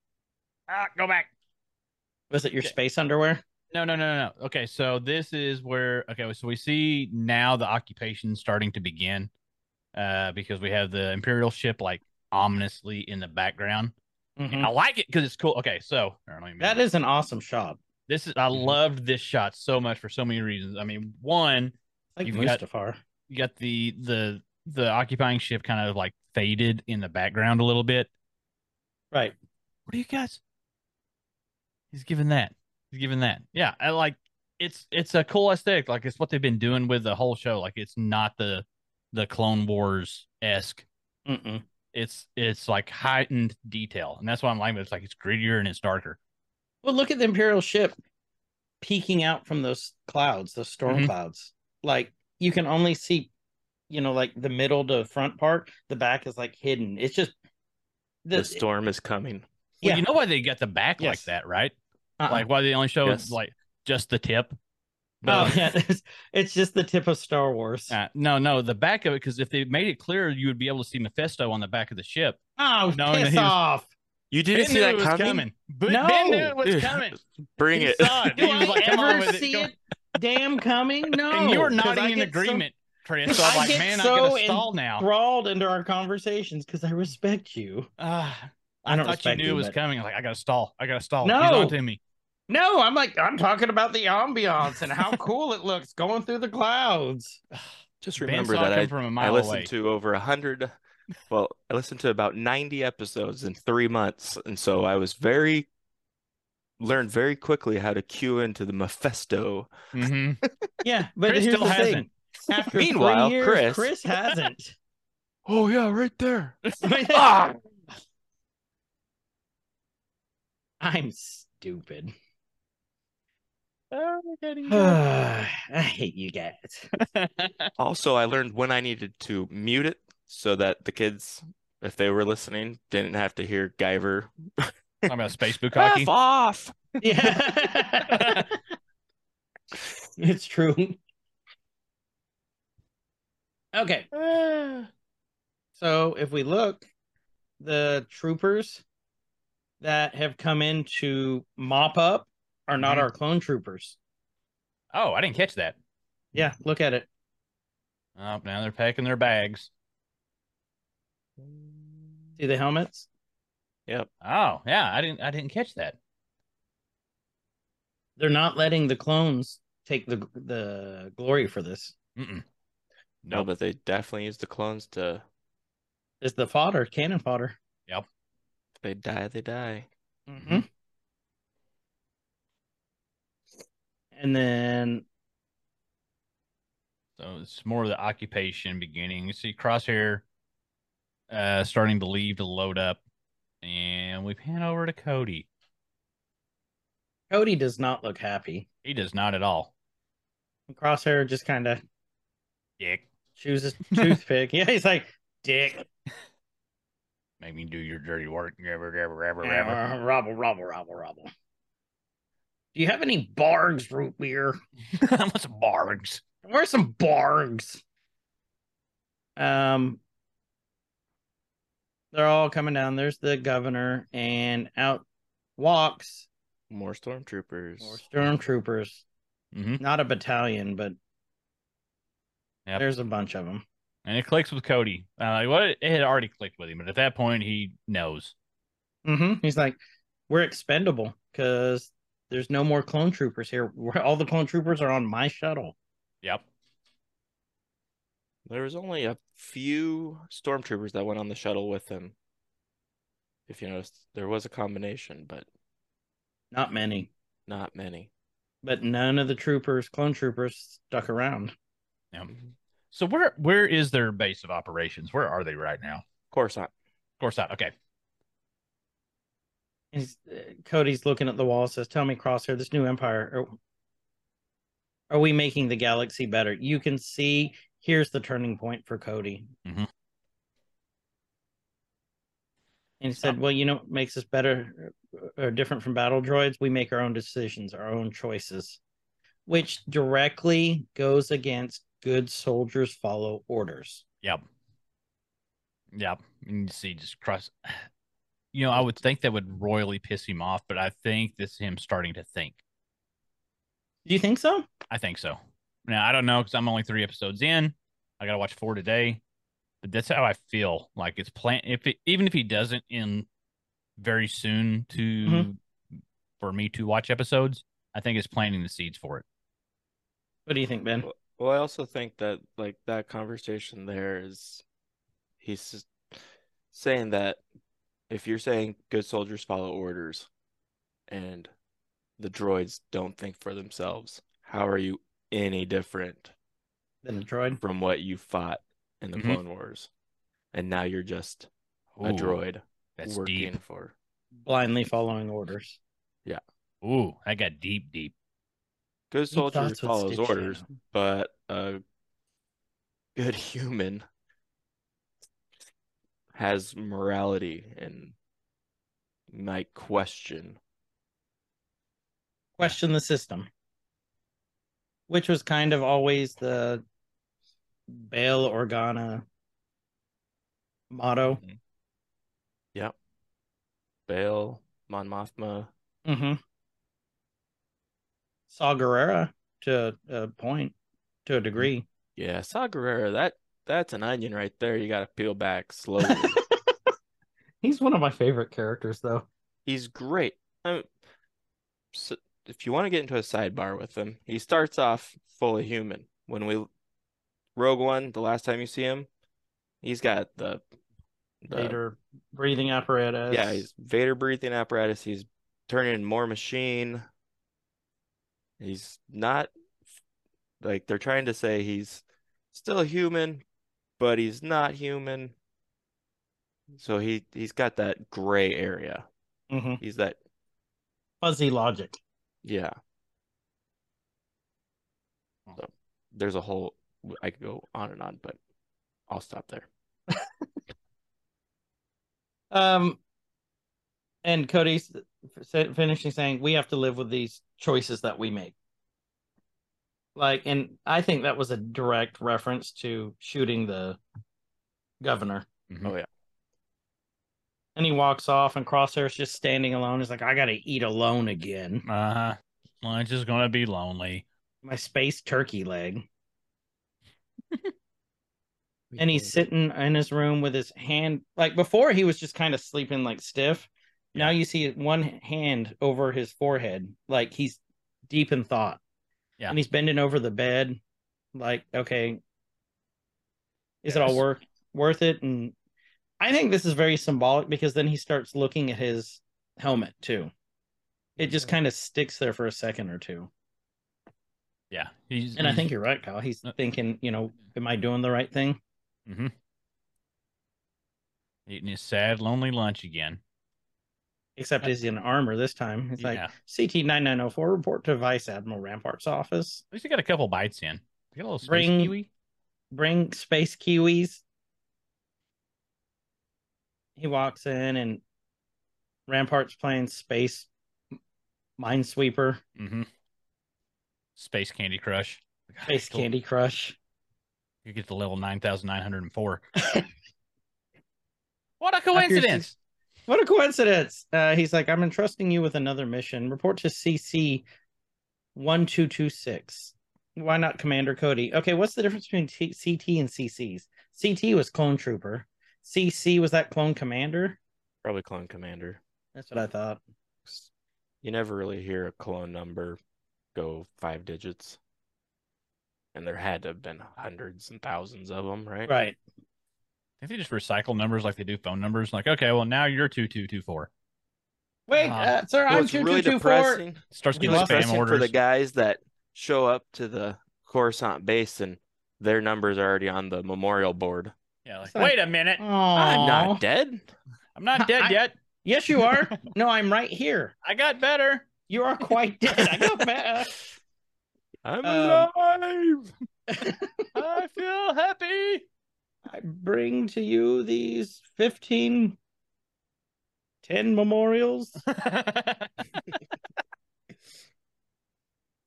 C: Ah, go back.
B: Was it your
C: Okay.
B: space underwear?
C: No, no, no, no, no. Okay, so this is where okay, so we see now the occupation starting to begin, uh, because we have the imperial ship like ominously in the background.
B: Mhm.
C: I like it because it's cool. Okay, so all right, let me move
B: That
C: it.
B: is Mm-hmm. an awesome shot.
C: this is I loved this shot so much for so many reasons. I mean, one,
B: Like
C: You've got-
B: Mustafar.
C: you got the the the occupying ship kind of like faded in the background a little bit.
B: Right.
C: What do you guys? He's giving that. He's giving that. Yeah, I like it's it's a cool aesthetic. Like it's what they've been doing with the whole show. Like it's not the the Clone Wars esque.
B: Mm-mm.
C: It's it's like heightened detail, and that's why I'm liking it. It's like it's grittier and it's darker.
B: Well, look at the Imperial ship peeking out from those clouds, those storm
C: Mhm.
B: clouds. Like you can only see, you know, like the middle to front part. The back is like hidden. It's just
D: The storm is coming.
C: Well,
B: Yeah.
C: you know why they got the back like
B: Yes.
C: that, right?
B: uh-uh.
C: Like why they only show
D: Yes.
C: like just the tip.
B: oh yeah, [LAUGHS] it's, it's just the tip of Star Wars.
C: Uh, no, no, the back of it, because if they made it clear, you would be able to see Mephisto on the back of the ship.
B: oh,
C: no,
B: piss
C: he was- [LAUGHS]
B: off!
D: You didn't
C: Ben
D: see
C: knew
D: that
C: it was
D: coming?
C: But
B: No.
C: Ben knew it was
D: Dude,
C: coming.
D: Bring
C: He
D: it. [LAUGHS]
C: saw it.
B: Do
C: He was
B: I
C: like, come on
B: ever
C: with it.
B: see
C: Come-
B: it? Damn coming? No,
C: [LAUGHS] and you were
B: 'cause I
C: nodding in
B: get so
C: agreement,
B: [LAUGHS]
C: Chris. So I'm
B: I
C: like,
B: get
C: man, I
B: so
C: gotta stall now.
B: enthralled into our conversations because I respect you.
C: Ah,
B: I don't
C: thought you
B: respect
C: knew it was
B: but-
C: coming. I'm like, I gotta stall. I gotta stall.
B: No.
C: He's on to me.
B: No, I'm like I'm talking about the ambiance and how cool it looks going through the clouds.
D: Just
C: Ben
D: remember
C: saw
D: that
C: him
D: I,
C: from a
D: I
C: mile
D: listened
C: away.
D: to over a hundred. Well, I listened to about ninety episodes in three months, and so I was very learned very quickly how to cue into the Mephisto.
C: hmm
B: Yeah, but
C: Chris
B: here's
C: still
B: the
C: hasn't.
B: thing. After
D: Meanwhile,
B: three years,
D: Chris-
B: hasn't.
D: [LAUGHS] Oh yeah, right
B: [LAUGHS]
D: there.
B: I'm stupid.
D: Ah,
C: Oh,
B: [SIGHS] I hate you guys.
D: Also, I learned when I needed to mute it so that the kids, if they were listening, didn't have to hear Guyver.
C: Talking about space
B: [LAUGHS]
C: bukkake.
D: F off.
B: Yeah. [LAUGHS] it's true. Okay.
A: Ah.
B: So if we look, the troopers that have come in to mop up are not
C: Mhm.
B: our clone troopers.
C: Oh, I didn't catch that.
B: Yeah, look at it.
C: Oh, now they're packing their bags.
B: See the helmets?
C: Oh, yeah, I didn't. I didn't catch that.
B: They're not letting the clones take the the glory for this.
C: Mm-mm.
D: No, but they definitely used the clones to.
B: It's the fodder, cannon fodder.
D: If they die, they die.
B: Mhm. And then
C: So it's more of the occupation beginning. You see Crosshair uh starting to leave to load up. And we pan over to Cody.
B: Cody does not look happy.
C: He does not at all.
B: Crosshair just kind of
C: Dick,
B: chooses toothpick. Yeah, he's like, dick,
C: make me do your dirty work. Grabber, grabber, grabber, grabber.
B: uh, robble, robble, robble, robble. Do you have any bargs root [LAUGHS] beer?
C: I want some bargs.
B: Where's some bargs? Um, they're all coming down. There's the governor, and out walks
D: More stormtroopers.
B: more stormtroopers.
C: Mhm.
B: Not a battalion, but
C: Yep.
B: there's a bunch of them.
C: And it clicks with Cody. Uh, well, it had already clicked with him, but at that point, he knows.
B: hmm He's like, we're expendable because there's no more clone troopers here. We're- All the clone troopers are on my shuttle.
C: Yep.
D: There was only a few stormtroopers that went on the shuttle with them. If you noticed, there was a combination, but
B: Not many,
D: not many.
B: but none of the troopers, clone troopers, stuck around.
C: Yep. So where where is their base of operations? Where are they right now?
D: Coruscant.
C: Of course not. Okay.
B: He's, uh, Cody's looking at the wall. Says, "Tell me, Crosshair, this new empire. Are, are we making the galaxy better? You can see. Here's the turning point for Cody."
C: Mhm.
B: And he said, "Well, you know what makes us better uh, or different from battle droids? We make our own decisions, our own choices, which directly goes against good soldiers follow orders."
C: Yep. Yep. And you see, just cross. [SIGHS] You know, I would think that would royally piss him off, but I think this is him starting to think.
B: Do you think so?
C: I think so. Now I don't know because I'm only three episodes in. I gotta watch four today, but that's how I feel. Like it's plan. If it, even if he doesn't in very soon to
B: Mhm.
C: for me to watch episodes, I think it's planting the seeds for it.
B: What do you think, Ben?
D: Well, I also think that like that conversation there is he's just saying that if you're saying good soldiers follow orders and the droids don't think for themselves, how are you any different
B: Then a droid.
D: from what you fought in the
C: Mhm.
D: Clone Wars? And now you're just a
C: Ooh,
D: droid
C: That's
D: working
C: deep.
D: for
B: Blindly following orders.
C: Ooh, I got deep, deep.
D: good
B: Deep
D: soldier
B: thoughts with
D: follows
B: Stitch, you
D: orders,
B: know.
D: but a good [LAUGHS] human has morality and might question.
B: question the system, which was kind of always the Bail Organa motto.
D: Yep. Bail, Mon Mothma.
B: Mm-hmm. Saw Gerrera to a point, to a degree.
D: Yeah, Saw Gerrera, that that's an onion right there. You gotta peel back slowly.
B: He's one of my favorite characters, though.
D: He's great. i so if you want to get into a sidebar with him, he starts off fully human. When we Rogue One, the last time you see him, he's got the, the
B: Vader breathing apparatus.
D: yeah, he's Vader breathing apparatus. He's turning more machine. He's not like they're trying to say he's still human, but he's not human. So he he's got that gray area.
B: Mhm.
D: He's that
B: fuzzy logic.
D: yeah.
C: Hmm.
D: So there's a whole I could go on and on, but I'll stop there.
B: Um, and Cody's sa- finishing saying we have to live with these choices that we make. Like, and I think that was a direct reference to shooting the governor.
C: Mhm.
D: Oh, yeah.
B: And he walks off, and Crosshair's just standing alone. He's like, "I got to eat alone again.
C: Uh huh. Lunch is gonna be lonely.
B: My space turkey leg."
C: [LAUGHS]
B: and he's sitting in his room with his hand like before he was just kind of sleeping like stiff now you see one hand over his forehead like he's deep in thought
C: Yeah.
B: and he's bending over the bed like okay is it
C: Yes.
B: all worth worth it and i think this is very symbolic because then he starts looking at his helmet too it just kind of sticks there for a second or two
C: Yeah, he's
B: and i
C: he's-
B: think you're right kyle he's
C: Mm. Uh,
B: thinking you know am i doing the right thing
C: eating his sad, lonely lunch again.
B: except
C: Uh,
B: he's in armor this time. It's like
C: Yeah.
B: CT nine nine zero four report to Vice Admiral Rampart's office.
C: At least he got a couple bites in. He got a little space
B: Bring-
C: kiwi.
B: Bring space kiwis. He walks in and Rampart's playing space minesweeper,
C: Mm-hmm. Space Candy Crush.
B: space Candy Crush.
C: You get to level 9,904. what a
B: Accuracy.
C: coincidence.
B: What a coincidence! Uh, he's like, I'm entrusting you with another mission. Report to CC one two two six. Why not Commander Cody? Okay, what's the difference between T- CT and CCs? CT was clone trooper. CC was that clone commander.
D: Probably Clone Commander.
B: That's what I thought.
D: 'Cause You never really hear a clone number go five digits. And there had to have been hundreds and thousands of them, right?
B: Right.
C: I think they just recycle numbers like they do phone numbers. Like, okay, well, now you're 2224.
B: Wait,
C: Uh,
B: uh, sir, I'm
D: What's
B: two
D: really
B: two two four.
D: depressing,
C: Starts
B: We
C: getting
D: really
B: lost
C: spam
D: depressing for the
C: orders.
D: guys that show up to the Coruscant base and their numbers are already on the memorial board.
C: Yeah, like,
B: It's like,
C: wait a minute.
D: I'm
B: Aw.
D: not dead.
C: I'm not dead
B: I-
C: yet.
B: Yes, you are. no, I'm right here.
C: [LAUGHS] I got better.
B: You are quite dead. I got better.
D: I'm
B: Um,
D: alive.
C: I feel happy.
B: I bring to you these 15, 10 memorials.
D: [LAUGHS]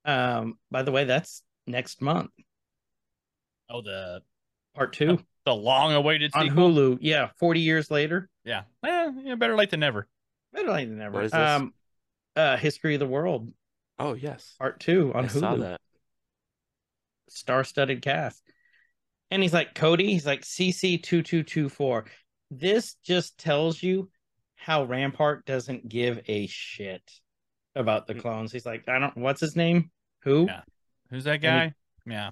B: Um, by the way, that's next month,
C: oh, the
B: part two
C: the long awaited
D: Oh,
B: on
C: sequel.
B: Hulu. Yeah, 40 years later.
C: Yeah. Eh, Well, you know, better late than never.
B: Better late than never.
D: What is this?
B: Um, uh, History of the World.
D: Oh yes,
B: part two on
D: I
B: Hulu.
D: saw that.
B: star-studded cast. And he's like, Cody, he's like CC2224. This just tells you how Rampart doesn't give a shit about the clones. He's like, I don't what's his name? Who?
C: Yeah. Who's
B: And
C: that guy? Yeah.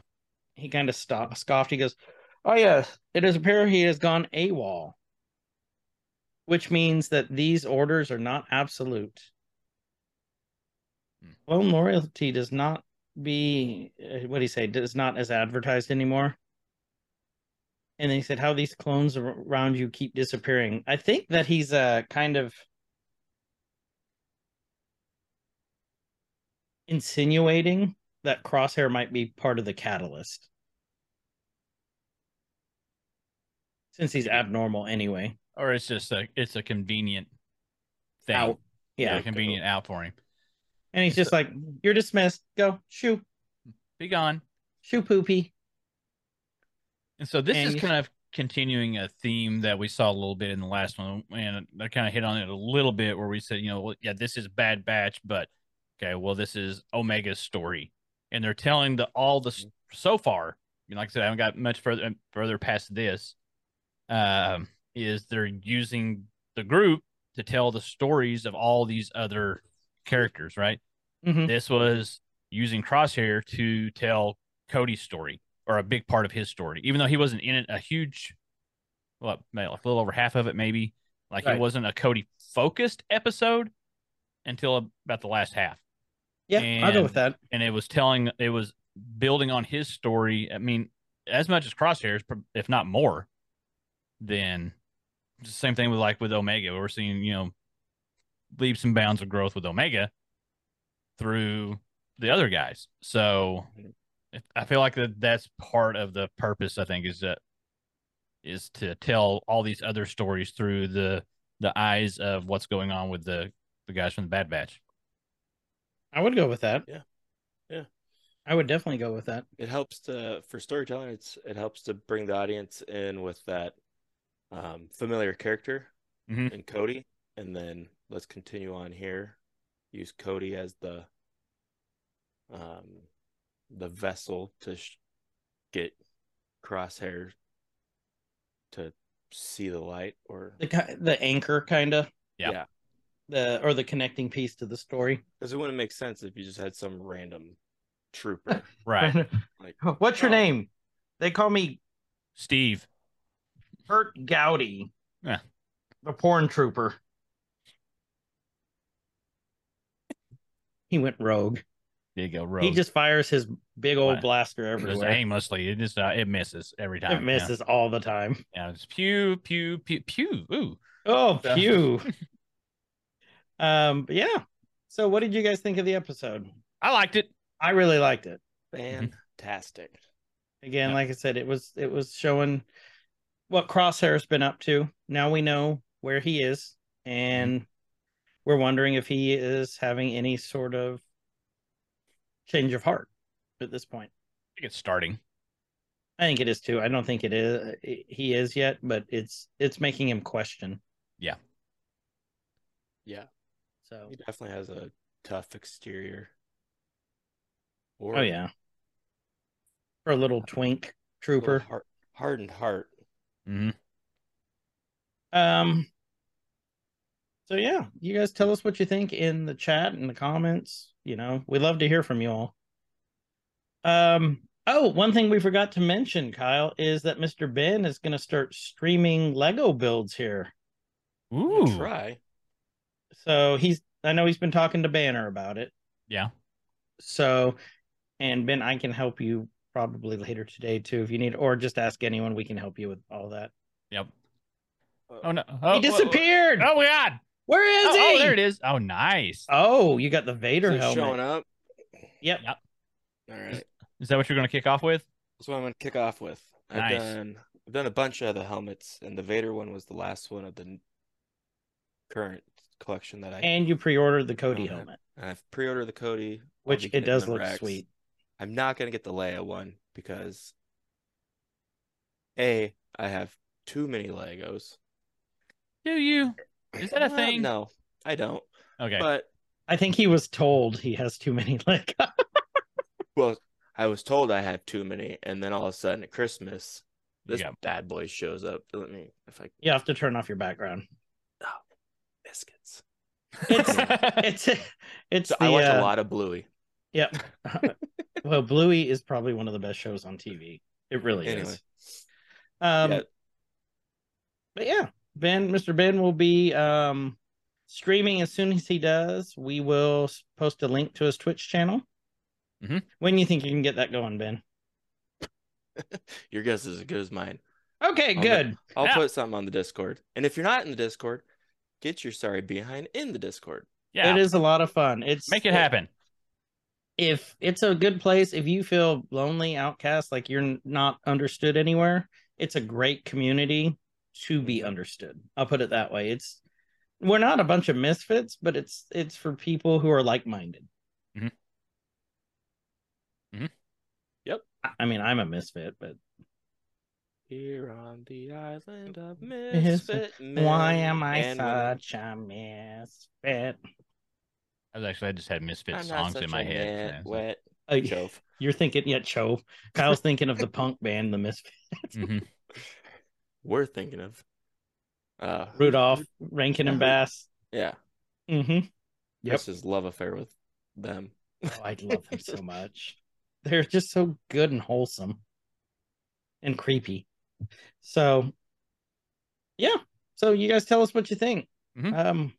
B: He kind of stopped scoffed. He goes, Oh yeah, it is appear he has gone AWOL. Which means that these orders are not absolute.
C: Hmm.
B: Clone loyalty does not be what do you say does not as advertised anymore and then he said how these clones ar- around you keep disappearing i think that he's uh kind of insinuating that crosshair might be part of the catalyst since he's abnormal anyway
C: Or it's just a it's a convenient thing.
B: Out. yeah
C: a convenient out for him.
B: and he's just like you're dismissed go shoo
C: Be gone.
B: shoo poopy
C: And so this
B: And
C: is
B: you-
C: kind of continuing a theme that we saw a little bit in the last one, and I kind of hit on it a little bit where we said, you know, well, yeah, this is Bad Batch, but okay, well, this is Omega's story, and they're telling the all the s- so far. I mean, like I said, I haven't got much further uh, further past this. Um, is they're using the group to tell the stories of all these other characters, right?
B: Mhm.
C: This was using Crosshair to tell Cody's story or a big part of his story, even though he wasn't in it a huge, what, maybe like a little over half of it, maybe. Like
B: Right.
C: it wasn't a Cody focused episode until about the last half.
B: yeah i'll go
C: and-
B: with that
C: And it was telling, it was building on his story. I mean, as much as Crosshairs, if not more, then it's the same thing with like with Omega. We're seeing, you know, leaps and bounds of growth with Omega through the other guys. So if- I feel like that that's part of the purpose. I think is that is to tell all these other stories through the the eyes of what's going on with the the guys from the Bad Batch.
B: i would go with that
D: Yeah. Yeah.
B: i would definitely go with that
D: It helps to for storytelling. It's it helps to bring the audience in with that um, familiar character
C: Mhm.
B: Mm-hmm.
D: and Cody, and then let's continue on here. Use Cody as the um, the vessel to sh- get Crosshair to see the light, or
B: the ki- the anchor kind of
C: Yeah.
D: Yeah.
B: the or the connecting piece to the story
D: because it wouldn't make sense if you just had some random
B: [LAUGHS]
D: trooper.
C: Right,
D: Like,
B: what's your
D: oh.
B: name they call me
C: Steve.
B: Kurt Gowdy
C: Yeah.
B: the porn trooper he went rogue.
C: There you go. Rogue.
B: he just fires his big old
C: Wow.
B: blaster
C: Just
B: everywhere
C: aimlessly. It just uh, it misses every time.
B: it misses all the time
C: Yeah, yeah it's pew pew pew pew. Ooh,
B: [LAUGHS] oh
C: So-
B: phew [LAUGHS] um but yeah so what did you guys think of the episode
C: I liked it.
B: i really liked it Mm-hmm.
D: fantastic.
B: again
C: Yeah.
B: like i said it was it was showing what crosshair's been up to now we know where he is and we're wondering if he is having any sort of change of heart at this point
C: I think it's starting.
B: i think it is too i don't think it is he is yet but it's it's making him question
D: Yeah.
B: so
D: He definitely has a tough exterior. Or
B: oh yeah for a little twink
D: a little
B: trooper
D: har- hardened heart.
C: Mm-hmm.
B: Um. So yeah, you guys tell us what you think in the chat and the comments. You know, we love to hear from you all. Um. Oh, one thing we forgot to mention, Kyle, is that Mr. Ben is going to start streaming Lego builds here.
D: We'll
C: Ooh,
D: Try.
B: So he's, I know he's been talking to Banner about it.
C: yeah.
B: So, and Ben, I can help you probably later today too if you need, or just ask anyone. We can help you with all that.
C: Yep.
D: Uh,
C: Oh no! Oh,
B: he disappeared.
C: Oh, my God!
B: Where is
C: Oh,
B: he?
C: oh, there it is. Oh, nice.
D: Uh,
B: Oh, you got the
D: Is
B: Vader
D: it
B: helmet.
D: showing up.
B: Yep.
C: Yep.
D: All right.
C: Is that what you're going to kick off with?
D: That's what I'm gonna kick off with. I've
C: Nice.
D: done I've done a bunch of the helmets, and the Vader one was the last one of the n- current collection that I
B: and you pre-ordered the Cody
D: Okay.
B: helmet,
D: and I've pre-ordered the Cody. I'll
B: which
D: be
B: it
D: getting
B: does
D: the
B: look
D: Rex.
B: sweet.
D: I'm not gonna get the Leia one because A, I have too many Legos.
C: Do you? Is that a
D: Uh,
C: thing?
D: No, I don't.
C: Okay.
D: But
B: I think he was told he has too many [LAUGHS] Legos.
D: Well, I was told I had too many, and then all of a sudden at Christmas, this
C: Yeah.
D: bad boy shows up. Let me if I
B: You have to turn off your background.
D: biscuits.
B: It's
D: [LAUGHS]
B: it's it's
D: So
B: the,
D: I watch
B: uh,
D: a lot of Bluey. [LAUGHS]
B: Yep. well, Bluey is probably one of the best shows on TV. It really
D: Anyway,
B: is. Um,
D: Yeah.
B: But yeah, Ben, Mr. Ben will be um, streaming as soon as he does. We will s- post a link to his Twitch channel.
D: Mm-hmm.
C: Mhm.
B: When do you think you can get that going, Ben?
D: your guess is as good as mine.
B: Okay,
D: I'll
B: good.
D: I'll
C: Yeah.
D: put something on the Discord, and if you're not in the Discord, get your sorry behind in the Discord.
C: Yeah,
B: It is a lot of fun. It's
C: make it happen.
B: if it's a good place if you feel lonely outcast like you're n- not understood anywhere it's a great community to be
D: Mm-hmm.
B: understood i'll put it that way it's we're not a bunch of misfits but it's it's for people who are like-minded
D: Mm-hmm.
C: Mhm. Mhm.
D: Yep.
B: I- i mean i'm a misfit but
D: Here on the island of
B: Misfit.
D: misfit
B: why
D: men
B: am i
D: and women.
B: such a misfit
C: I was actually I just had misfit
D: I'm not
C: songs in
D: such
C: my
D: a
C: head.
D: net
C: Yeah, so-
D: Wet
B: Uh,
D: chove.
B: [LAUGHS] you're thinking yeah chove kyle's thinking of the punk band the misfit
C: Mhm.
D: We're thinking of. Uh,
B: rudolph rankin
D: Uh-huh.
B: and bass
D: yeah,
B: hmm Yep.
D: this is love affair with them.
B: Oh, I love them so much. [LAUGHS] They're just so good and wholesome and creepy. So, yeah. So, you guys tell us what you think.
C: Mhm.
B: Um,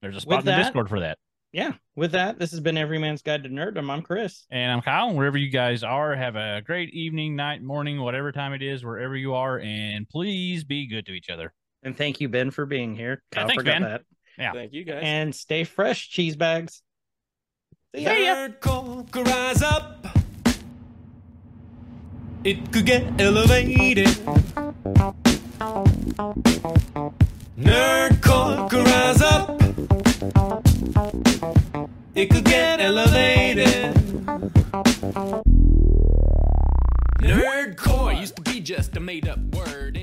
C: There's a spot in the
B: that-
C: Discord for that.
B: yeah. With that, this has been Every Man's Guide to Nerddom. I'm Chris.
C: And I'm Kyle. Wherever you guys are, have a great evening, night, morning, whatever time it is, wherever you are, and please be good to each other.
B: And thank you, Ben, for being here.
C: Yeah,
B: Kyle
C: thanks,
B: forgot
C: Ben.
B: that.
C: Yeah.
D: Thank you guys.
B: And stay fresh, cheese bags. See ya.
A: Nerd cult could rise up. It could get elevated. Nerd cult could rise up. It could get elevated. Nerdcore used to be just a made up word.